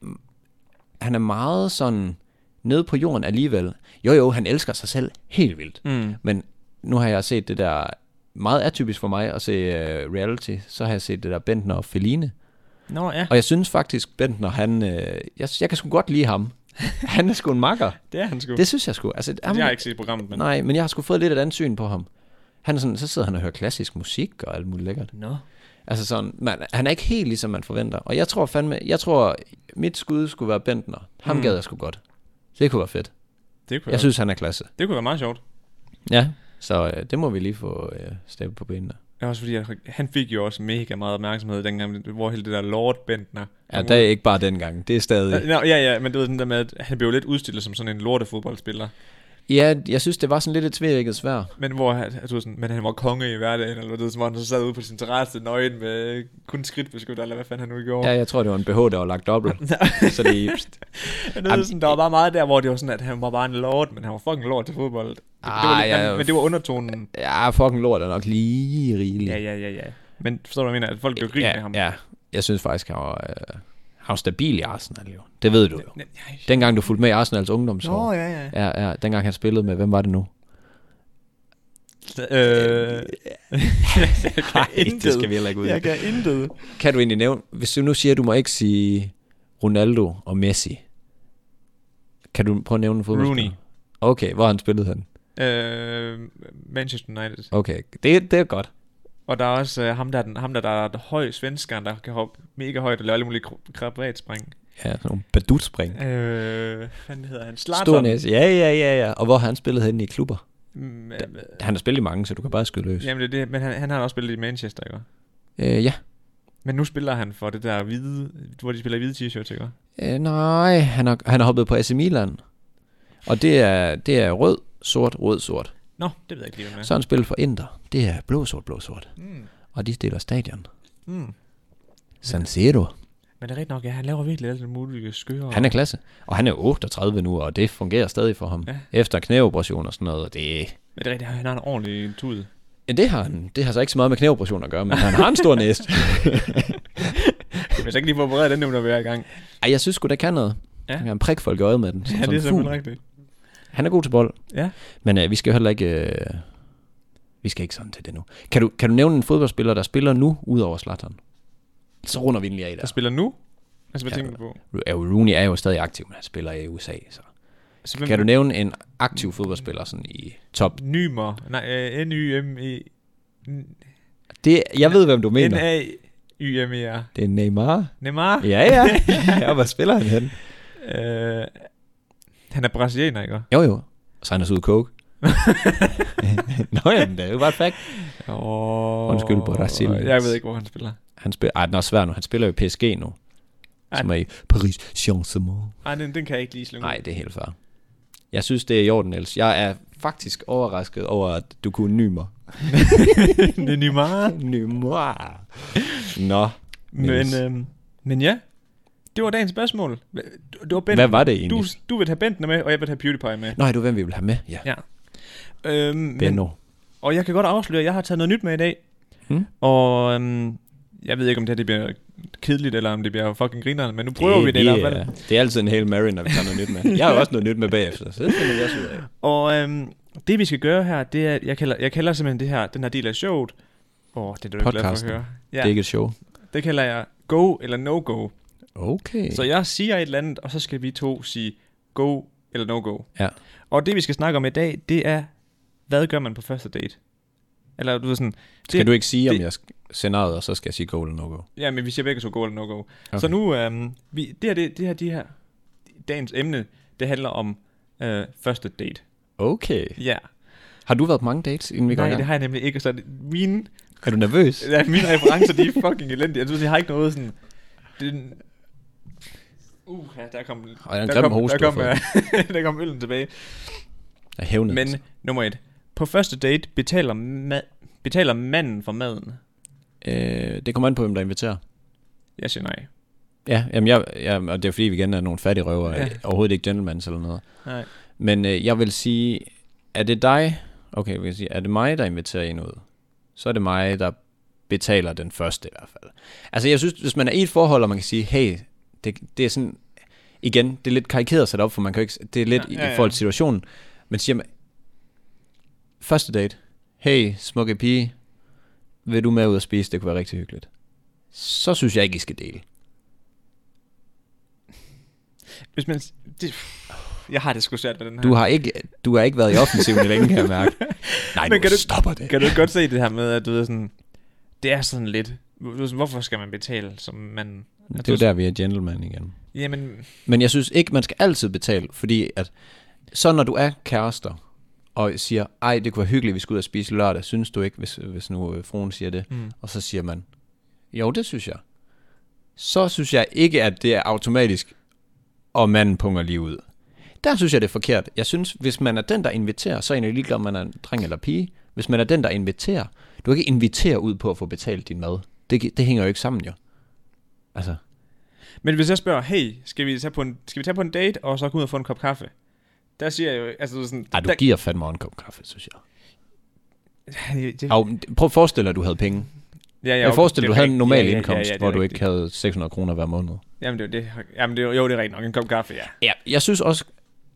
han er meget sådan nede på jorden alligevel. Jo jo, han elsker sig selv helt vildt.
Mm.
Men nu har jeg set det der, meget atypisk for mig at se uh, reality, så har jeg set det der Bentner og Feline.
Nå ja,
Og jeg synes faktisk, Bentner, han, øh, jeg, jeg kan sgu godt lide ham. Han er sgu en makker.
det er han sgu. Det,
Det synes jeg sgu. Altså,
jeg har ikke set programmet, men...
Nej, men jeg har sgu fået lidt et andet syn på ham. Han er sådan, så sidder han og hører klassisk musik og alt muligt lækkert.
Nå.
Altså sådan, man, han er ikke helt ligesom man forventer. Og jeg tror fandme, jeg tror mit skud skulle være Bentner. Ham
Mm.
mm. gad jeg sgu godt. Det kunne være fedt.
Det kunne,
Jeg
jeg
synes, han er klasse.
det kunne være meget sjovt.
Ja. Så øh, det må vi lige få øh, stablet på benene.
Ja, også fordi, at han fik jo også mega meget opmærksomhed dengang, hvor hele det der Lord Bentner...
Ja, det er ikke bare dengang. Det er stadig...
Nå, ja, ja, men du ved den der med, at han blev lidt udstillet som sådan en lortefodboldspiller.
Ja, jeg synes, det var sådan lidt et tvækket svær.
Men hvor han, altså, du ved sådan, men han var konge i hverdagen, eller noget, som han så sad ude på sin terrasse nøgen med kun skridtbeskytter, eller hvad fanden han nu gjorde.
Ja, jeg tror, det var en BH, der var lagt dobbelt. så det...
Jeg ved, sådan, der var bare meget der, hvor det var sådan, at han var bare en lord, men han var fucking lord til fodbold. Det, det var
Ah,
lidt,
ja.
men det var undertonen.
Ja, fucking lort er nok lige rigeligt.
Ja, ja, ja, ja. Men forstår du, hvad jeg mener? At folk blev grint
ja,
med ham.
Ja, jeg synes faktisk, han var, øh, han var stabil i Arsenal jo. Det ved du jo.
Nej.
Dengang du fulgte med i Arsenals
Nå,
ungdomsår.
ja, ja.
Ja, ja, dengang han spillede med, hvem var det nu?
Øh, jeg kan intet.
vi heller ikke
Jeg kan intet.
Kan du egentlig nævne, hvis du nu siger, at du må ikke sige Ronaldo og Messi, kan du prøve at nævne en fodboldspiller?
Rooney.
Okay, hvor har han spillet han?
Øh, Manchester United.
Okay, det, det er godt.
Og der er også øh, ham, der, er den, ham der, der er den høje svensker, der kan hoppe mega højt og lave alle mulige kro- krabatspring.
Ja, sådan nogle badutspring.
Øh, hvad fanden hedder han?
Stor
Zlatan.
næse. Ja, ja, ja, ja. Og hvor har han spillet henne i klubber?
Mm, øh,
Han har spillet i mange, så du kan bare skyde løs.
Jamen, det, er det, men han, han har også spillet i Manchester, ikke?
Øh, ja.
Men nu spiller han for det der hvide, hvor de spiller i hvide t-shirts, ikke?
Øh, nej, han har, han har hoppet på AC Milan. Og det er, det er rød, sort, rød, sort.
Nå, det ved jeg ikke lige, hvad
Så har han spillet for Inter. Det er blå, sort, blå, sort.
Mm.
Og de stiller stadion.
Mm.
San Siro.
Men det er rigtigt nok, ja, han laver virkelig alle mulige skøre.
Han er klasse. Og han er 38 nu, og det fungerer stadig for ham.
Ja.
Ja. Efter knæoperation og sådan noget. og Det,
Men det er rigtigt, han har en ordentlig tud.
ja, det, har han, det har så ikke så meget med knæoperation at gøre, men han har en stor næse.
Men jeg så ikke lige få opereret den, nu, når vi er i gang.
Ej, jeg synes sgu, det kan noget.
Ja.
Ja. Han kan prikke folk i øjet med den. Som
Ja, det er
sådan en
simpelthen
fugl.
rigtigt.
Han er god til bold.
Ja.
Men øh, vi skal jo heller ikke... Øh, vi skal ikke sådan til det nu. Kan du, kan du nævne en fodboldspiller, der spiller nu, udover Zlatan? Så runder vi den lige af
Der
der.
spiller nu? Altså, hvad
Ja.
tænker du på?
Ja, Rooney er jo stadig aktiv, men han spiller i USA. Så.
Altså, hvem-
Kan du nævne en aktiv fodboldspiller sådan i top?
Nymer. Nej, øh, N-Y-M-E.
Det, jeg ved, hvem du mener.
N-A-Y-M-E-R.
Det er Neymar.
E Neymar?
Ja, ja. ja hvor spiller han henne?
Øh, han er brasilianer, ikke?
Jo, jo. Så han er suget coke. Nå ja, men det er jo bare et fact.
Oh,
Undskyld, Brasilien.
Jeg ved ikke, hvor han spiller.
Han spiller, ej, den er også svær nu. Han spiller jo i PSG nu. Som er i Paris Saint-Germain.
Ej, den, den kan jeg ikke lige slynge.
Nej, det er helt fair. Jeg synes, det er i orden, Niels. Jeg er faktisk overrasket over, at du kunne ny mig.
det er Neymar.
Ny mig. Nå.
Men,
Niels.
øhm, men ja, Det var dagens spørgsmål. Hva- du- Det var Bent.
Hvad var det
du,
egentlig?
du vil have Bentner med, og jeg vil have PewDiePie med.
Nå, er du hvem vi vil have med? Ja,
Ja. Øhm, men,
Benno.
og jeg kan godt afsløre, at jeg har taget noget nyt med i dag.
Hmm?
Og øhm, jeg ved ikke, om det her det bliver kedeligt, eller om det bliver fucking grineren, men nu prøver det, vi det i hvert fald.
er, det er altid en hel Mary, når vi tager noget nyt med. Jeg har jo også noget nyt med bagefter, så det finder vi også ud af.
Og øhm, det vi skal gøre her, det er, at jeg kalder, jeg kalder simpelthen det her, den her del af showet. Åh, oh, det er du ikke glad for at
Podcasten.
høre. Ja,
Ja. Det er
det,
ikke et show.
det kalder jeg go eller no go.
Okay.
Så jeg siger et eller andet, og så skal vi to sige go eller no go.
Ja.
Og det vi skal snakke om i dag, det er, hvad gør man på første date? Eller du ved sådan,
Skal
det-
du ikke sige, om
det-
jeg sk- scenariet, og så skal jeg sige go eller no go?
ja, men vi siger begge to go eller no go. Okay. Så
Okay.
nu, øhm, vi, det her, det, det her, de her, dagens emne, det handler om øh, første date.
Okay.
Ja.
Har du været på mange dates, inden vi går i
Nej, det
gang?
har jeg nemlig ikke, så det- mine,
Er du nervøs?
ja, mine referencer, de er fucking elendige. Jeg, synes, jeg har ikke noget sådan... Det, uh, ja, der kom,
Og jeg er en
der
grim
kom,
host,
der,
du har
kom, øh, der kom øllen tilbage.
Jeg hævnet.
Men nummer et. På første date betaler, ma- betaler manden for maden.
Øh, det kommer an på, hvem der inviterer.
Jeg siger nej.
Ja, jamen jeg, jeg, og det er fordi, vi igen er nogle fattige røver.
Ja.
Ja. Overhovedet ikke gentlemans eller noget.
Nej.
Men øh, jeg vil sige, er det dig, okay, vi kan sige, er det mig, der inviterer en ud? Så er det mig, der betaler den første i hvert fald. Altså jeg synes, hvis man er i et forhold, og man kan sige, hey, det, det er sådan, igen, det er lidt karikeret sat op, for man kan jo ikke, det er lidt
Ja,
ja,
ja,
ja,
ja.
i forhold til situationen, men siger man, første date, hey, smukke pige, vil du med ud og spise, det kunne være rigtig hyggeligt. Så synes jeg ikke, I skal dele.
Hvis man... Det, jeg har det sgu svært med den her.
Du har ikke, du har ikke været i offensiven længe, kan jeg mærke. Nej,
Men
nu
kan du-
stopper det.
Kan du ikke godt se det her med, at du ved sådan... Det er sådan lidt... Du ved sådan, Hvorfor skal man betale som manden?
Det er jo der, vi er gentleman igen.
Jamen,
Men jeg synes ikke, man skal altid betale, fordi at så når du er kærester, og siger, ej, det kunne være hyggeligt, vi skulle ud og spise lørdag, synes du ikke, hvis, hvis nu øh, fruen siger det?
Mm.
Og så siger man, jo, det synes jeg. Så synes jeg ikke, at det er automatisk, og manden punger lige ud. Der synes jeg, det er forkert. Jeg synes, hvis man er den, der inviterer, så er jeg egentlig ligeglad, om man er en dreng eller pige. Hvis man er den, der inviterer, du kan ikke invitere ud på at få betalt din mad. Det, gi- det hænger jo ikke sammen, jo. Altså,
men hvis jeg spørger, hey, skal vi tage på en, skal vi tage på en date, og så gå ud og få en kop kaffe? Der siger jeg jo, altså du ved sådan...
ej, du
der,
giver fandme også en kop kaffe, synes jeg.
det,
Ja. prøv at forestille dig, at du havde penge.
ja,
Jeg
okay,
forestiller
det
dig,
er
du havde
rigtigt.
en normal
Ja, ja,
indkomst,
ja, ja, det er
hvor du
rigtigt.
ikke havde 600 kroner hver måned.
Jamen, det, er jo det, jamen det, er jo- jo, det er rent nok. En kop kaffe, ja.
Ja, jeg synes også...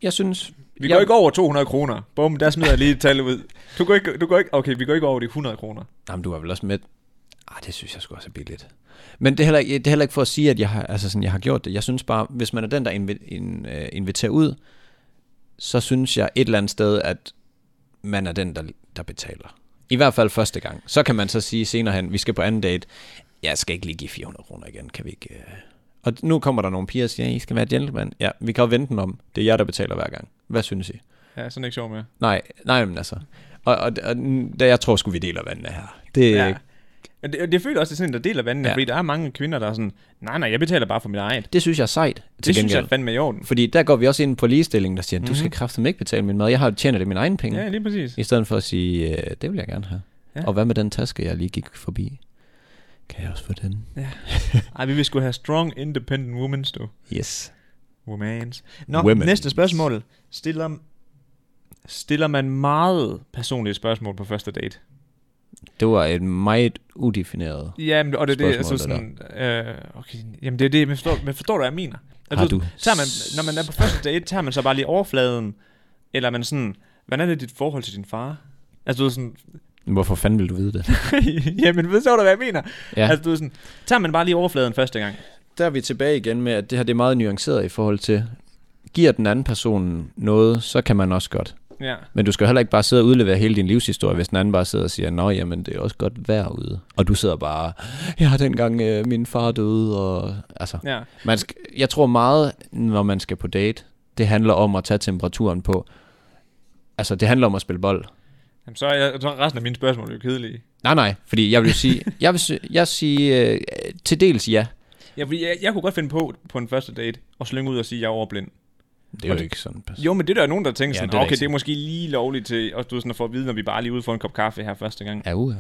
Jeg synes...
Vi
jeg,
går ikke over 200 kroner. Bum, der smider jeg lige et tal ud. Du går ikke, du går ikke, okay, vi går ikke over de 100 kroner.
Jamen, du var vel også med... Ah, det synes jeg sgu også er billigt. Men det er heller, ikke- det er heller ikke for at sige, at jeg har, altså sådan, jeg har gjort det. Jeg synes bare, hvis man er den, der invi- in, uh, inviterer ud, så synes jeg et eller andet sted, at man er den, der, der betaler. I hvert fald første gang. Så kan man så sige senere hen, vi skal på anden date. Jeg skal ikke lige give 400 kroner igen, kan vi ikke... øh?" Og nu kommer der nogle piger og siger, I skal være gentleman. Ja, vi kan jo vente den om. Det er jer, der betaler hver gang. Hvad synes I?
Ja, sådan er ikke sjov med.
Nej, nej, men altså. Og, og, og n- der, jeg tror sgu, vi deler vandene her. Det,
Ja.
ja.
Men det, det føler også, det er sådan en der del af vandene, ja.
Ja.
fordi der er mange kvinder, der er sådan, nej, nej, jeg betaler bare for mit eget.
det synes jeg Mhm. er sejt. Til
Det
gengæld.
synes jeg er fandme i orden.
Fordi der går vi også ind på ligestillingen, der siger, du skal kraftedeme ikke betale min mad, jeg har tjener det mine egne penge.
Ja, lige præcis.
I stedet for at sige, øh, det vil jeg gerne have.
Ja.
Ja. Og hvad med den taske, jeg lige gik forbi? Kan jeg også få den?
Ej, vi vil sgu have strong, independent women, du.
Yes.
Womans. Nå, Women's.
Womens.
næste spørgsmål. Stiller, stiller man meget personlige spørgsmål på første date?
Det var et meget udefineret.
Ja, men, og det er det, altså
Spørgsmål,
sådan, øh, okay, jamen det er det, men forstår, men forstår du, hvad jeg mener? Altså,
Har du
Tager man, når man er på første date, tager man så bare lige overfladen, eller er man sådan, hvordan er det dit forhold til din far? Altså du er sådan,
Hvorfor fanden vil du vide det?
jamen ved så du, hvad jeg mener? Ja.
Ja.
Altså du er sådan, tager man bare lige overfladen første gang?
der er vi tilbage igen med, at det her det er meget nuanceret i forhold til, giver den anden person noget, så kan man også godt.
Ja.
Men du skal heller ikke bare sidde og udlevere hele din livshistorie, hvis den anden bare sidder og siger, nå jamen, det er også godt vejr ude. Og du sidder bare, jeg har dengang øh, min far døde, og altså.
ja.
Man skal, jeg tror meget, når man skal på date, det handler om at tage temperaturen på. Altså, det handler om at spille bold.
Jamen, så er jeg, så er resten af mine spørgsmål jo kedelige.
Nej, nej, fordi jeg vil jo sige, jeg vil, si- jeg sige øh, til dels ja.
Ja, fordi jeg, jeg kunne godt finde på på en første date at slynge ud og sige, at jeg er overblind.
Det er jo ikke sådan.
Jo, men det der er nogen, der tænker
Ja,
sådan,
det er
okay,
rigtigt.
det er måske lige lovligt til, og du er sådan at få at vide, når vi bare er lige ude for en kop kaffe her første gang.
Ja, uha.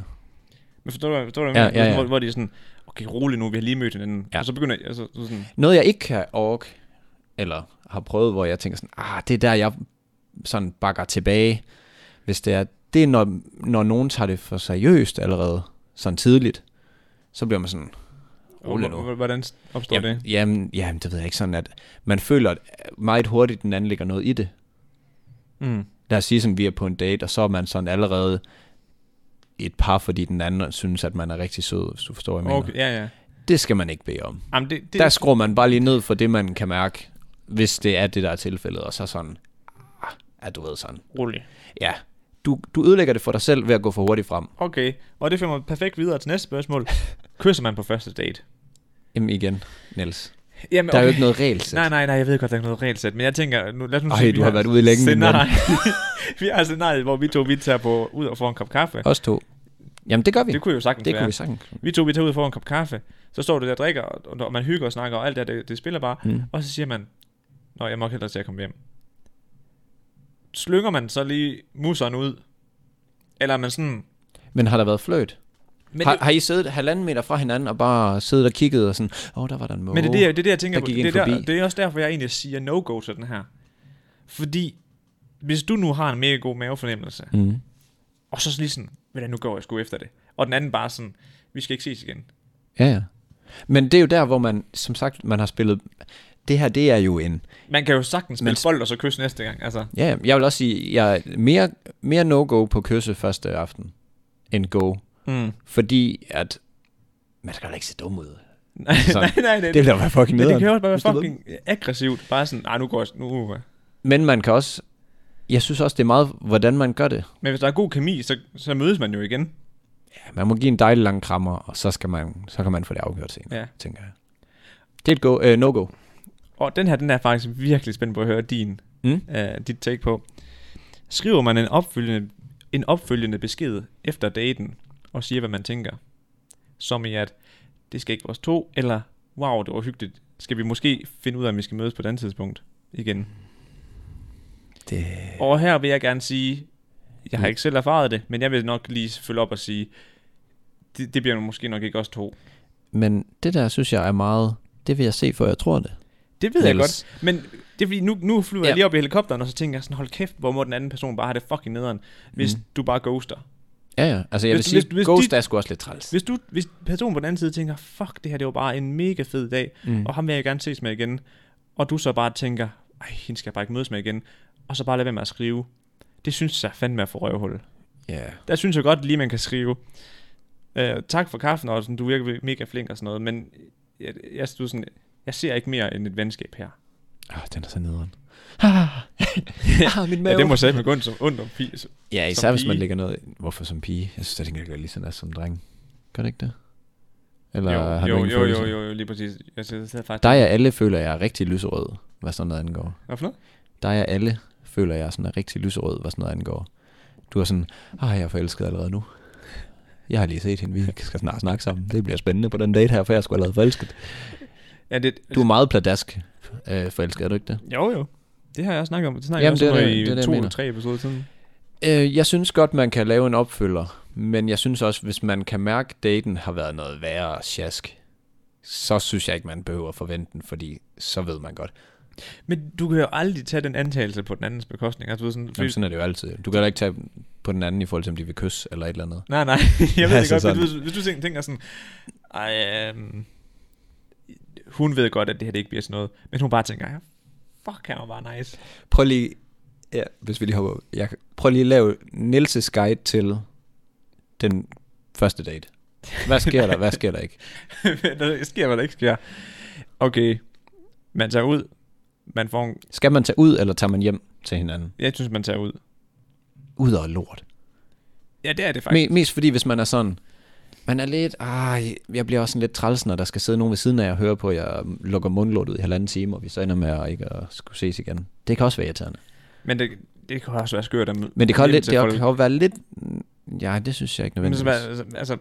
Men forstår du, forstår du
Ja,
ja,
ja, ja.
Hvor, hvor de er sådan, okay, rolig nu, vi har lige mødt hinanden.
Ja.
Ja. Og så begynder jeg, altså, så sådan,
Noget, jeg ikke kan ork, eller har prøvet, hvor jeg tænker sådan, ah, det er der, jeg sådan bakker tilbage, hvis det er, det er, når, når nogen tager det for seriøst allerede, sådan tidligt, så bliver man sådan, rolig nu.
h- hvordan opstår
Jamen,
det?
jamen, jamen, det ved jeg ikke sådan, at man føler at meget hurtigt, den anden ligger noget i det.
Mm.
Lad os sige, sådan, vi er på en date, og så er man sådan allerede et par, fordi den anden synes, at man er rigtig sød, hvis du forstår, hvad jeg mener.
Okay,
Okay.
ja, ja.
Det skal man ikke bede om.
Jamen, det, det,
Der skruer man bare lige ned for det, man kan mærke, hvis det er det, der er tilfældet, og så sådan, ah, ja, du ved sådan,
rolig.
ja, du, du ødelægger det for dig selv ved at gå for hurtigt frem.
Okay, og det fører mig perfekt videre til næste spørgsmål. Kysser man på første date?
Jamen igen, Niels.
Jamen,
Der er jo ikke noget regelsæt.
Nej, nej, nej, jeg ved godt, der er ikke noget regelsæt, men jeg tænker, nu, lad os nu
Ej,
sige,
du har været ude længe, min
Scenarie. vi har et scenarie, hvor vi to, vi tager på, ud og får en kop kaffe.
Os to. Jamen det gør vi.
Det kunne jo sagtens
det
være.
kunne vi sagtens.
Vi to, vi tager ud og får en kop kaffe, så står du der og drikker, og, og man hygger og snakker, og alt det, her, det, det spiller bare.
Mm.
Og så siger man, Nå, jeg må hellere til at komme hjem. Slynger man så lige musseren ud? Eller er man sådan...
Men har der været fløjt?
Men,
har,
det,
har I siddet halvanden meter fra hinanden og bare siddet og kigget og sådan, åh, oh, der var der en måge.
men det, er det, jeg- det er det, jeg tænker
der
på.
gik
Det er,
en
der,
forbi.
det er også derfor, jeg egentlig siger no-go til den her. Fordi hvis du nu har en mega god mavefornemmelse,
Mm.
og så lige sådan, hvordan nu går jeg sgu efter det. Og den anden bare sådan, vi skal ikke ses igen.
Ja, ja. Men det er jo der, hvor man, som sagt, man har spillet... Det her, det er jo en...
Man kan jo sagtens
Men-
spille bold og så kysse næste gang. Altså,
Ja, ja, jeg vil også sige, jeg er mere, mere no-go på kysse første aften end go.
mm.
Fordi at... Man skal da ikke se dum ud.
nej, nej, nej,
Det ville da være fucking
Men det
nederen,
kan jo også bare
hvis du
være
ved
fucking aggressivt. Bare sådan, nej, nu går jeg... s- Nu. øh."
Men man kan også... Jeg synes også, det er meget, hvordan man gør det.
Men hvis der er god kemi, så, så mødes man jo igen.
Ja, man må give en dejlig lang krammer, og så, skal man, så kan man få det afgjort senere,
Ja.
tænker jeg. Det er et go, øh, no-go.
Og den her, den er jeg faktisk virkelig spændt på at høre din,
Mm.
øh, dit take på. Skriver man en opfølgende, en opfølgende besked efter daten, og siger, hvad man tænker? Som i at, det skal ikke vores to, eller wow, det var hyggeligt. Skal vi måske finde ud af, om vi skal mødes på et andet tidspunkt igen?
Det...
Og her vil jeg gerne sige, jeg har ikke selv erfaret det, men jeg vil nok lige følge op og sige, det, det bliver måske nok ikke os to.
Men det der, synes jeg, er meget... Det vil jeg se, for jeg tror det.
Det ved Niels. jeg
Niels.
godt, men det er fordi, nu, nu flyver ja.
Ja.
jeg lige op i helikopteren, og så tænker jeg sådan, hold kæft, hvor må den anden person bare have det fucking nederen, hvis mm. du bare ghoster.
Ja, ja. Altså, jeg
Hvis-
vil sige,
hvis- hvis
Ghost
de-
er sgu også lidt træls.
Hvis, du, hvis personen på den anden side tænker, fuck, det her det var bare en mega fed dag, mm. og ham vil jeg gerne ses med igen, og du så bare tænker, ej, hende skal jeg bare ikke mødes med igen, og så bare lade være med at skrive, det synes jeg fandme er for røvhul.
Ja.
der synes jeg godt lige, man kan skrive, øh, tak for kaffen, og sådan, du virker mega flink og sådan noget, men jeg, jeg, du er sådan, jeg ser ikke mere end et venskab her.
Oh, den er så nederen. Ah, ah, min mave.
Ja, det må sige med ondt som ondt om pi. så-
ja
som
især hvis man
pige.
lægger noget... Hvorfor som pige? Jeg synes, det ikke lige sådan er som dreng. Gør det ikke det? Eller
Jo,
har du
jo,
ingen
jo,
følelse?
jo, jo, jo, lige præcis. Jeg sidder, sidder faktisk...
Der er jeg alle føler, jeg er rigtig lyserød, hvad sådan noget angår.
Hvad for noget?
Der er jeg alle føler, jeg er sådan er rigtig lyserød, hvad sådan noget angår. Du er sådan, ah, jeg er forelsket allerede nu. Jeg har lige set hende, vi skal snart snakke sammen. Det bliver spændende på den date her, for jeg er sgu allerede forelsket.
Ja, det,
Du er meget pladask øh, forelsket, er du ikke det?
Jo, jo. Det har jeg også snakket om. Det snakker jeg
Jamen,
også
det er
om
det-
i
det er det, jeg mener.
to-tre episoder siden.
Øh, jeg synes godt, man kan lave en opfølger, men jeg synes også, hvis man kan mærke, at daten har været noget værre sjask, så synes jeg ikke, man behøver at forvente den, fordi så ved man godt.
Men du kan jo aldrig tage den antagelse på den andens bekostning. Altså, du ved sådan, fordi,
Jamen, sådan er det jo altid. Du kan da ikke tage på den anden i forhold til, om de vil kysse eller et eller andet.
Nej, nej, jeg ved det
Altså
godt,
sådan.
men hvis, hvis du tænker, tænker sådan, ej, øhm, hun ved godt, at det her det ikke bliver sådan noget, men hun bare tænker, "Ja, fuck, han var bare nice.
Prøv lige, ja, hvis vi lige hopper, jeg, prøv lige at lave Nilses guide til den første date. Hvad sker der, hvad sker der ikke?
der sker, hvad der ikke sker. Okay, man tager ud, man får en,
Skal man tage ud, eller tager man hjem til hinanden?
jeg synes, man tager ud.
Ud og lort.
Ja, det er det faktisk.
Me, mest fordi, hvis man er sådan, man er lidt, ah, jeg bliver også sådan lidt træls, når der skal sidde nogen ved siden af og høre på, at jeg lukker mundlort ud i halvanden time, og vi så ender med at ikke at skulle ses igen. Det kan også være irriterende.
Men, men det, det kan også være skørt at møde.
Men det kan, også
hjem
lidt,
til
det
folk.
kan også være lidt, ja, det synes jeg ikke
Men så,
nødvendigvis.
altså, altså,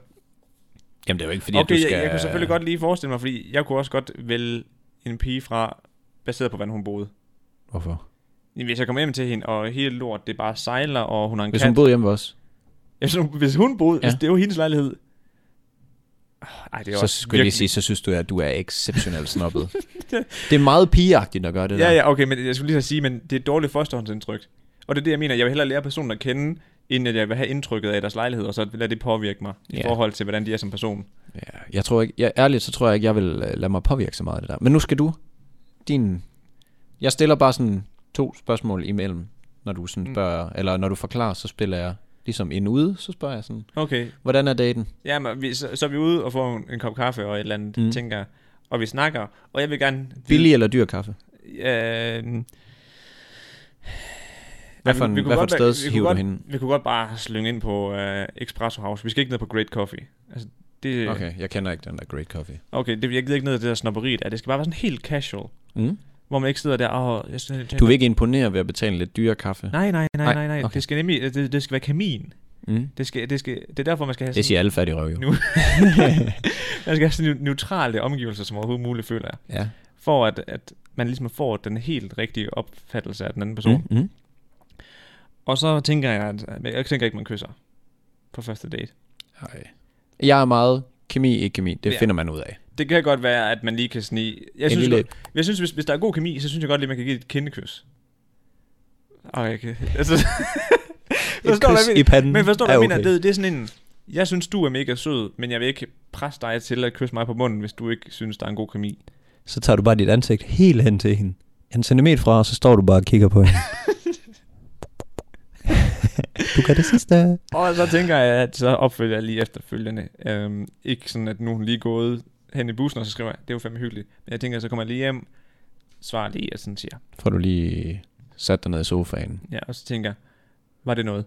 Jamen, det er jo ikke fordi,
okay,
at du skal...
jeg, jeg kunne selvfølgelig godt lige forestille mig, fordi jeg kunne også godt vælge en pige fra, baseret på, hvordan hun boede.
Hvorfor?
Jamen, Hvis jeg kommer hjem til hende, og hele lort, det bare sejler, og hun har en
Hvis
kat.
hun boede hjemme ved os.
Hvis hun, hvis hun boede, ja.
Ja.
hvis det var hendes lejlighed, Ej, det er
Så
også
skulle jeg lige
virkelig-
sige, så synes du, at du er exceptionelt snobbet. det er meget pigeagtigt at gøre det der.
Ja, ja, okay, men jeg skulle lige så sige, men det er et dårligt førstehåndsindtryk. Og det er det, jeg mener. Jeg vil hellere lære personen at kende, end at jeg vil have indtrykket af deres lejlighed, og så lade det påvirke mig i
Ja.
forhold til, hvordan de er som person.
Ja, jeg tror ikke, jeg, ærligt, så tror jeg ikke, jeg vil øh, lade mig påvirke så meget af det der. Men nu skal du. Din, jeg stiller bare sådan to spørgsmål imellem, når du sådan
Mm.
spørger, mm. eller når du forklarer, så spiller jeg ligesom en ude, så spørger jeg sådan,
Okay,
hvordan er daten?
ja, men vi, så, så er vi ude og får en, en kop kaffe og et eller andet,
Mm.
mm. tænker jeg. og vi snakker, og jeg vil gerne... vide-
Billig eller dyr kaffe?
Øh,
Hvad for,
Ej,
en,
vi- vi kunne
hvad for et
godt være- vi
sted
kunne
hiver du
godt-
hende?
vi kunne godt bare slynge ind på øh, Expresso House. Vi skal ikke ned på Great Coffee. Altså, det, okay.
Okay, jeg kender ikke den der great coffee.
okay, det, jeg gider ikke ned i det der snobberi der. Det skal bare være sådan helt casual,
Mm.
hvor man ikke sidder der og... Jeg, jeg,
Du vil ikke imponere ved at betale lidt dyre kaffe?
Nej, nej, nej,
Nej,
nej, nej.
okay.
Okay. Det skal nemlig, det, det skal være kamin.
Mm.
Det, skal, det, skal, det er derfor, man skal have
Det
sådan,
siger alle fattige røv jo.
Nu- man skal have sådan neu- neutrale omgivelser, som overhovedet muligt føler jeg.
Ja.
For at, at man ligesom får den helt rigtige opfattelse af den anden person. Mm.
Mm. Mm.
Og så tænker jeg, at jeg tænker ikke, man kysser på første date.
Ej. Jeg er meget kemi, ikke kemi. Det
Ja.
finder man ud af.
Det kan godt være, at man lige kan snige. Jeg
En
synes,
lille-
godt, jeg synes hvis, hvis der er god kemi, så synes jeg godt lige, man kan give et kindekys. Og jeg kan... Altså, forstår du, hvad jeg mener?
i panden.
Men forstår du,
er
ja, okay. mener,
okay.
det, det er sådan en... Jeg synes, du er mega sød, men jeg vil ikke presse dig til at kysse mig på munden, hvis du ikke synes, der er en god kemi.
Så tager du bare dit ansigt helt hen til hende. En centimeter fra, og så står du bare og kigger på hende. du gør det sidste.
Og så tænker jeg, at så opfølger jeg lige efterfølgende. Øhm, ikke sådan, at nu er hun lige gået hen i bussen, og så skriver jeg, det var fandme hyggeligt. Men jeg tænker, så kommer jeg lige hjem, svarer lige, og sådan siger.
Får du lige sat dig ned i sofaen.
Ja, og så tænker jeg, var det noget?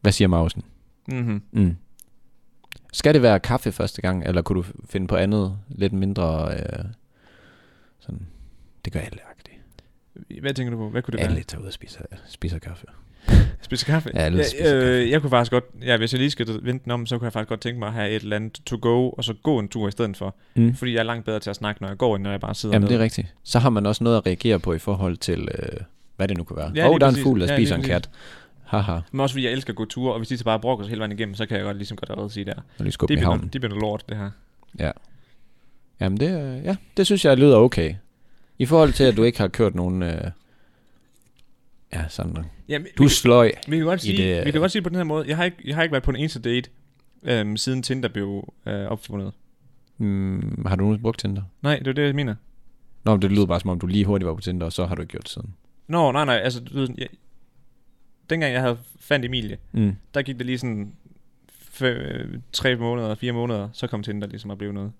Hvad siger Mausen?
Mm-hmm.
Mm. Skal det være kaffe første gang, eller kunne du f- finde på andet, lidt mindre øh, sådan, det gør alle agtigt.
Hvad tænker du på? Hvad kunne det være?
Alle tager ud og spiser, spiser kaffe.
Spise kaffe?
Ja, alle spiser
øh,
kaffe.
Jeg kunne faktisk godt, ja, hvis jeg lige skal vente den om, så kunne jeg faktisk godt tænke mig at have et eller andet to go, og så gå en tur i stedet for.
Mm.
Fordi jeg er langt bedre til at snakke, når jeg går, end når jeg bare sidder
Jamen det
ned.
er rigtigt. Så har man også noget at reagere på i forhold til, øh, hvad det nu kan være.
Ja,
Ja, oh,
lige
der er en
præcis.
fugl, der
Ja,
ja,
lige
spiser en
præcis.
kat. Haha,
Men også fordi jeg elsker at gå ture, og hvis de så bare brokker sig hele vejen igennem, så kan jeg godt ligesom godt allerede sige der.
og lige skubbe
Det
i
bliver,
havnen.
noget, det bliver noget lort, det her.
Jamen det, øh, ja, det synes jeg lyder okay. I forhold til, at du ikke har kørt nogen... Øh, ja, sådan
Jamen,
Du
vi,
er sløj.
vi, kan godt
i
sige,
det- øh,
vi kan godt sige på den her måde, jeg har ikke, jeg har ikke været på en eneste date, øhm, siden Tinder blev øh, opfundet.
Mm, har du nu brugt Tinder?
Nej, det er det, jeg mener.
Nå, men det lyder bare som om, du lige hurtigt var på Tinder, og så har du ikke gjort det siden.
Nå, nej, nej, altså, du ved, jeg, dengang jeg havde fandt Emilie,
Mm.
der gik det lige sådan fø- tre måneder, fire måneder, så kom Tinder ligesom at blive noget.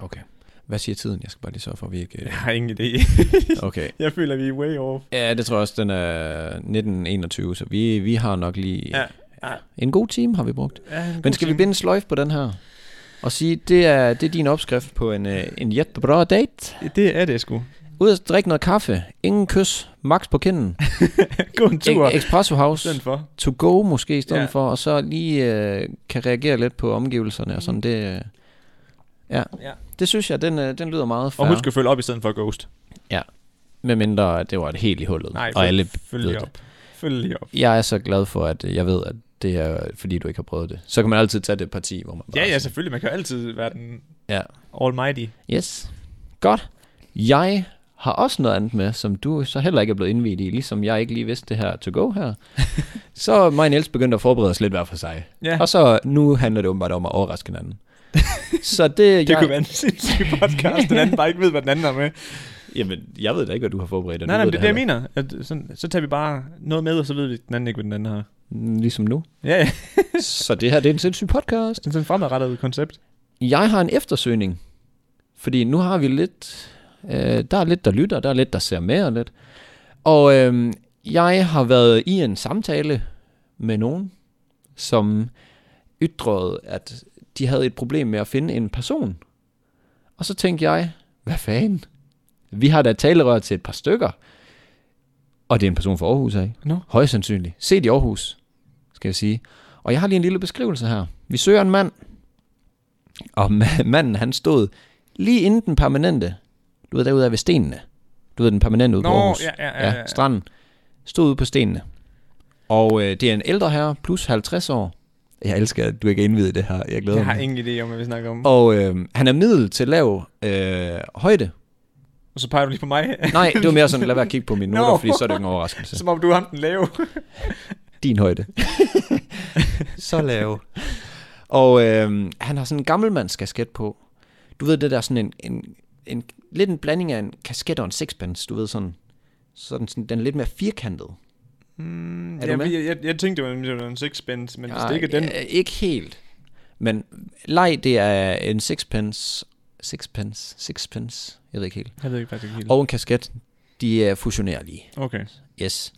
Okay. Hvad siger tiden? Jeg skal bare lige sørge for, at vi ikke...
Jeg
øh,
har ingen idé.
Okay.
jeg føler, vi er way off.
Ja, det tror jeg også, den er 1921, så vi, vi har nok lige...
Ja, ja.
En god time har vi brugt.
Ja, en god
Men skal vi
time.
binde en sløjf på den her? Og sige, det er, det er din opskrift på en, øh, en jättebra date.
Det er det sgu.
Ud og drikke noget kaffe. Ingen kys. Max på kinden.
Gå en tur.
E- Espresso House.
Sådan for.
to go måske i stedet
Ja.
ja. for, og så lige øh, kan reagere lidt på omgivelserne og sådan det. Øh, ja.
Mm. Ja.
ja, det synes jeg, den, øh, den lyder meget fair.
Og husk at følge op i stedet for Ghost.
Med mindre, at det var et helt i hullet,
Nej,
og
følg,
alle
følg
ved
lige op. Følg lige op.
Jeg er så glad for, at øh, jeg ved, at det er, fordi du ikke har prøvet det. Så kan man altid tage det parti, hvor man bare...
Ja, ja,
er sådan,
selvfølgelig. Man kan jo altid være den
Ja.
almighty.
Yes. Godt. Jeg har også noget andet med, som du så heller ikke er blevet indvidet i, ligesom jeg ikke lige vidste det her to go her. så mig og Niels begyndte at forberede os lidt hver for sig.
Ja,
Og så nu handler det åbenbart om at overraske hinanden. så det, det
det
jeg,
kunne være en sindssyg podcast, den anden bare ikke ved, hvad den anden har med.
Jamen, jeg ved da ikke, hvad du har forberedt. og
Nej, nej,
du ved
men det er det, jeg
heller
mener. At sådan, så tager vi bare noget med, og så ved vi, at den anden ikke, hvad den anden har.
ikke. Mm, Ligesom nu.
Ja, ja.
så det her, det er en sindssyg podcast.
Det er sådan et fremadrettet koncept.
Jeg har en eftersøgning. Fordi nu har vi lidt... Øh, der er lidt, der lytter, der er lidt, der ser med og lidt. Og øh, jeg har været i en samtale med nogen, som ytrede, at de havde et problem med at finde en person. Og så tænkte jeg, hvad fanden? Vi har da et talerør til et par stykker. Og det er en person fra Aarhus, ikke?
Nå.
Højst sandsynligt. Set i Aarhus, skal jeg sige. Og jeg har lige en lille beskrivelse her. Vi søger en mand. Og ma- manden, han stod lige inden den permanente. Du ved, derude af ved stenene. Du ved, den permanente ude på
Nå,
Aarhus
ja, ja, ja.
ja,
ja.
øh, stranden, stod ude på stenene. Og øh, det er en ældre herre, plus 50 år.
Jeg elsker, at du ikke er indvidet i det her. Jeg glæder
Jeg har
mig.
ingen idé om, hvad vi snakker om. Og,
Og øh, han er middel til lav øh, højde.
og så peger du lige på mig.
Nej, det var mere sådan, lad være at kigge på mine noter,
Nå.
fordi så er det jo ikke en overraskelse.
Som om du er ham den lave.
Din højde.
Så lav.
Og øh, han har sådan en gammelmandskasket på. Du ved, det der er sådan en, en, en, lidt en blanding af en kasket og en sixpence, du ved sådan. Sådan, sådan den er lidt mere firkantet.
Mm,
Er du
jeg,
med?
Jeg, jeg, jeg, tænkte, det var- det var en sixpence, men hvis det
Ej,
ikke er den...
øh, Ikke helt. Men leg, det er en sixpence, sixpence, sixpence, jeg ved ikke helt.
Jeg ved ikke faktisk helt.
Og en kasket, de er fusionerlige.
Okay.
Yes.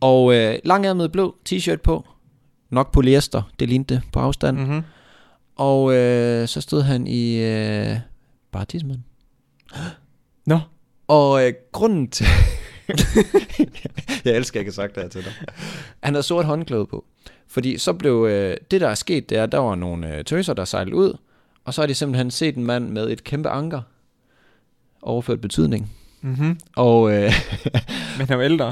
Og øh, langærmet blå t-shirt på. Nok polyester, det lignede det på afstand. Mm.
Mm-hmm.
Og øh, så stod han i øh, bardismen.
Nå,
Og øh, grunden til... jeg elsker, at jeg ikke har sagt det her til dig. Han havde sort håndklæde på. Fordi så blev... Øh, det, der er sket, det er, at der var nogle øh, tøser, der sejlede ud. Og så har de simpelthen set en mand med et kæmpe anker. Overført betydning.
mm-hmm.
Og øh,
men han var ældre.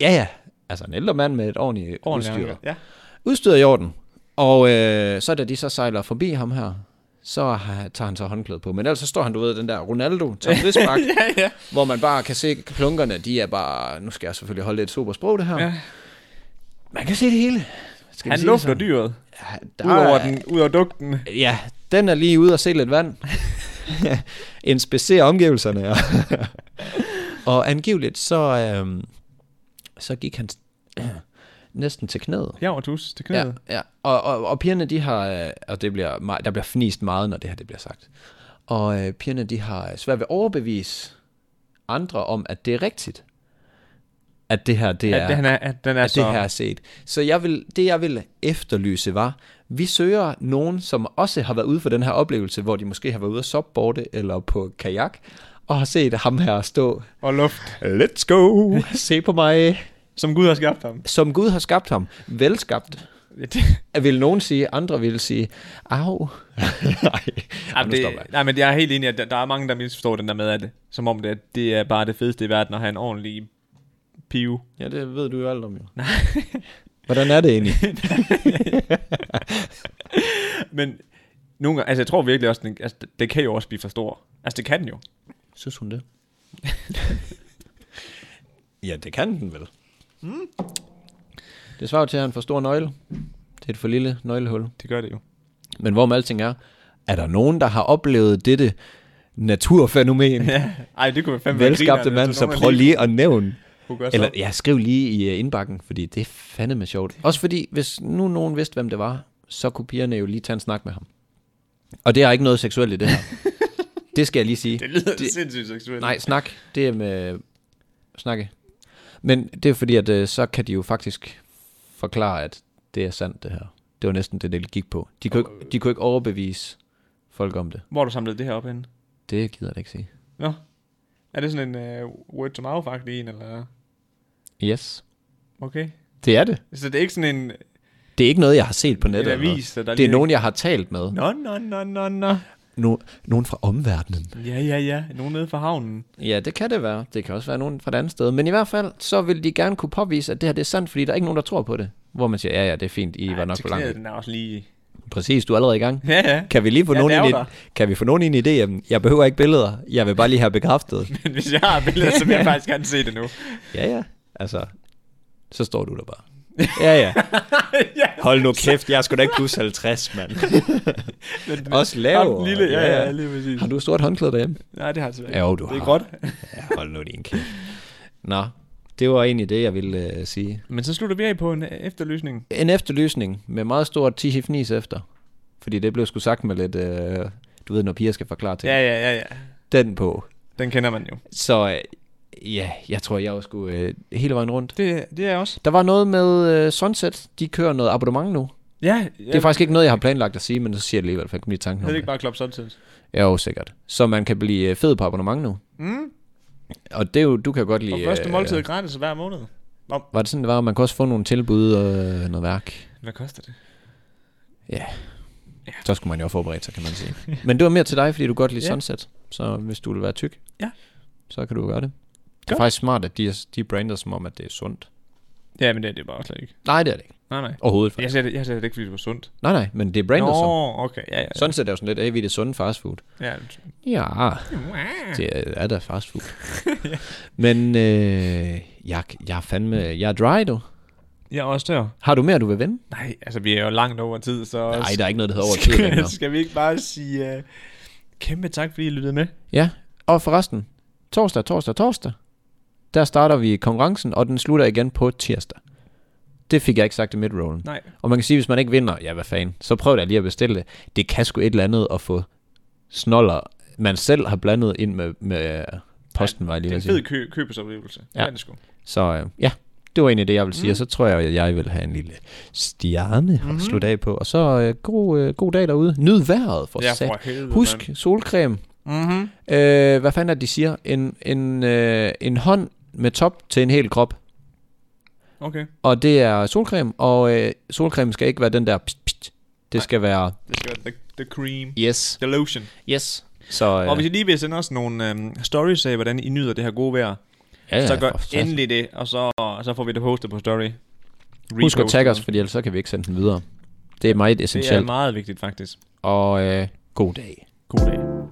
ja, ja. Altså en ældre mand med et ordentligt,
Ordentligt.
udstyr.
anker. Ja.
udstyret i orden. Og øh, så da de så sejler forbi ham her, så har- tager han så håndklæde på. Men ellers så står han, du ved, den der Ronaldo, Tom Risbak,
ja, ja.
hvor man bare kan se klunkerne, de er bare, nu skal jeg selvfølgelig holde lidt super sprog det her.
Ja.
Man kan se det hele. Skal vi
Han
sige det
lufter
sådan?
dyret.
Ja,
Udover
der,
den, udover dugten.
Ja, den er lige ude og se lidt vand. Inspicere omgivelserne. Og, og angiveligt, så, øhm, så gik han næsten til knæet.
Jeg var tus til
Ja,
knæet.
ja. Og, og, og pigerne, de har, øh, og det bliver, meget- der bliver fnist meget, når det her det bliver sagt. Og øh, pigerne, de har svært ved at overbevise andre om, at det er rigtigt, at det her, det
Ja.
er,
At, den er, at den er
at
så...
det her er set. Så jeg vil, det, jeg vil efterlyse, var, vi søger nogen, som også har været ude for den her oplevelse, hvor de måske har været ude at subboarde eller på kajak, og har set ham her stå,
Og luft.
let's go, se på mig,
Som Gud har skabt ham.
som Gud har skabt ham, velskabt.
Ja, det,
Vil nogen sige, andre vil sige, au. Nej,
Ej,
nu
det,
stopper jeg.
nej, men jeg er helt enig, at der, der er mange, der misforstår den der med, at som om det, at det er bare det fedeste i verden at have en ordentlig pive.
Ja, det ved du jo alt om jo.
Hvordan er det egentlig?
Men nogle gange, altså jeg tror virkelig også, den, altså, det kan jo også blive for stor. Altså det kan den jo.
Synes hun det?
ja, det kan den vel.
Hmm. Det svarer jo til, at han får stor nøgle. Det er et for lille nøglehul.
Det gør det jo.
Men hvorom alting er, er der nogen, der har oplevet dette naturfænomen?
Ja. Ej, det kunne være fandme
Velskabte
grineren, altså,
mand,
hvis
så
der var
prøv
nogen, der
lige at nævne.
kunne gøre
Eller
sådan.
ja, skriv lige i øh, indbakken, fordi det er fandeme sjovt. Også fordi, hvis nu nogen vidste, hvem det var, så kunne pigerne jo lige tage en snak med ham. Og det er ikke noget seksuelt i det her. det skal jeg lige sige.
Det lyder det, sindssygt seksuelt.
Nej, snak. Det er med snakke. Men det er fordi, at øh, så kan de jo faktisk forklare, at det er sandt det her. Det var næsten det, det gik på. De kunne, ikke, de kunne ikke overbevise folk om det.
Hvor har du samlet det her op henne?
Det gider jeg da ikke sige.
Nå. Er det sådan en uh, word to mouth agtig en, eller?
Yes.
Okay.
Det er det.
Så det er ikke sådan en,
Det er ikke noget, jeg har set på
en
nettet. eller noget.
avis, der
Det er
lige-
nogen, jeg har talt med.
Nå, nå, nå, nå, nå.
No, nogen fra omverdenen.
Ja, ja, ja. Nogen nede fra havnen.
Ja, det kan det være. Det kan også være nogen fra et andet sted. Men i hvert fald, så vil de gerne kunne påvise, at det her det er sandt, fordi der er ikke nogen, der tror på det. Hvor man siger, ja, ja, det er fint, I var nok
til
på langt.
knæet,
væk.
Den er også lige...
Præcis, du er allerede i gang.
Ja, ja.
Kan vi lige få
Jeg
nogen ind i,
nærmer
kan vi få nogen ind i det? Jamen, jeg behøver ikke billeder. Jeg vil bare lige have bekræftet.
Men hvis jeg har billedet, så vil jeg faktisk gerne se det nu.
ja, ja. Altså, så står du der bare. ja, ja. Hold nu kæft, jeg er sgu da ikke plus 50, mand.
Den,
Også
Ham den
lav.
lille, ja, ja, lige præcis.
Har du et stort håndklæde derhjemme?
Nej, det har jeg selvfølgelig
Ja, jo, du
Det er
har.
gråt.
Ja, hold nu din kæft.
Nå, det var egentlig det, jeg ville øh, sige.
Men så slutter vi af på en øh, efterlysning.
En efterlysning med meget stor tihifnis efter. Fordi det blev sgu sagt med lidt, øh, du ved, når piger skal forklare ting.
Ja, ja, ja, ja.
Den på.
Den kender man jo.
Så øh, ja, jeg tror, jeg også skulle øh, hele vejen rundt.
Det, det er også.
Der var noget med øh, Sunset. De kører noget abonnement nu.
Ja, ja.
Det er faktisk ikke noget, jeg har planlagt at sige, men så siger jeg det alligevel, for jeg kom lige i tanken om
Havde det ikke
det.
bare kloppet sådan set?
Ja, jo, sikkert. Så man kan blive øh, fed på abonnement nu.
Mm.
Og det er jo, du kan jo godt lide...
Og første
øh,
måltid er gratis hver måned.
Var det sådan, det var? Man kunne også få nogle tilbud og øh, noget værk.
Hvad koster det?
Så skulle man jo have forberedt sig, kan man sige. Men det var mere til dig, fordi du godt lide
Ja.
ja. sunset. Så hvis du vil være tyk,
Ja.
så kan du gøre det. Det er
Godt.
faktisk smart, at de, er, de brander som om, at det er sundt.
Ja, men det er det bare slet ikke.
Nej, det er det ikke.
Nej, nej.
Overhovedet
Jeg
faktisk.
sagde, det, jeg sagde det ikke, fordi det var sundt.
Nej, nej, men det er brandet så.
Nå, okay. Ja, ja.
Sådan ser det jo sådan lidt af, vi er det sunde fast food.
ja.
Ja, det er, er da fast food. Men øh, jeg, jeg er fandme, jeg er dry, du.
Jeg er også der.
Har du mere, du vil vende?
Nej, altså vi er jo langt over tid, så...
Nej, der er ikke noget, der hedder over tid længere.
Skal vi ikke bare sige uh, kæmpe tak, fordi I lyttede med?
Ja, og forresten, torsdag, torsdag, torsdag, der starter vi konkurrencen, og den slutter igen på tirsdag. Det fik jeg ikke sagt i midrollen.
Nej.
Og man kan sige, hvis man ikke vinder, ja hvad fanden, så prøv da lige at bestille det. Det kan sgu et eller andet at få snoller, man selv har blandet ind med, med øh, posten, var jeg lige
Det er
ved
en
at sige.
fed kø- købesoplevelse. Ja. Det
altså. Ja.
er det sgu.
Så øh, ja, det var egentlig det, jeg ville sige. Mm. Og så tror jeg, at jeg vil have en lille stjerne
Mhm.
mm. at slutte af på. Og så øh, god, øh, god dag derude. Nyd vejret for
Ja,
ja,
for
sat.
helvede,
Husk solcreme.
Mm-hmm.
Øh, hvad fanden er det, de siger? En, en, øh, en hånd med top til en hel krop.
Okay.
Og det er solcreme. Og øh, solcreme skal ikke være den der... Pst, pst. Det skal være...
Det skal være the, the cream.
Yes.
The lotion.
Yes. Så, øh,
Og hvis I lige vil sende os nogle øhm, stories af, hvordan I nyder det her gode vejr,
ja, ja,
så gør
for satan.
endelig det, og så, og så får vi det postet på story.
Husk at
Repost
tagge
det.
os, for ellers så kan vi ikke sende den videre. Det er meget
Det er
essentielt.
meget vigtigt, faktisk.
Og øh, god dag.
God dag.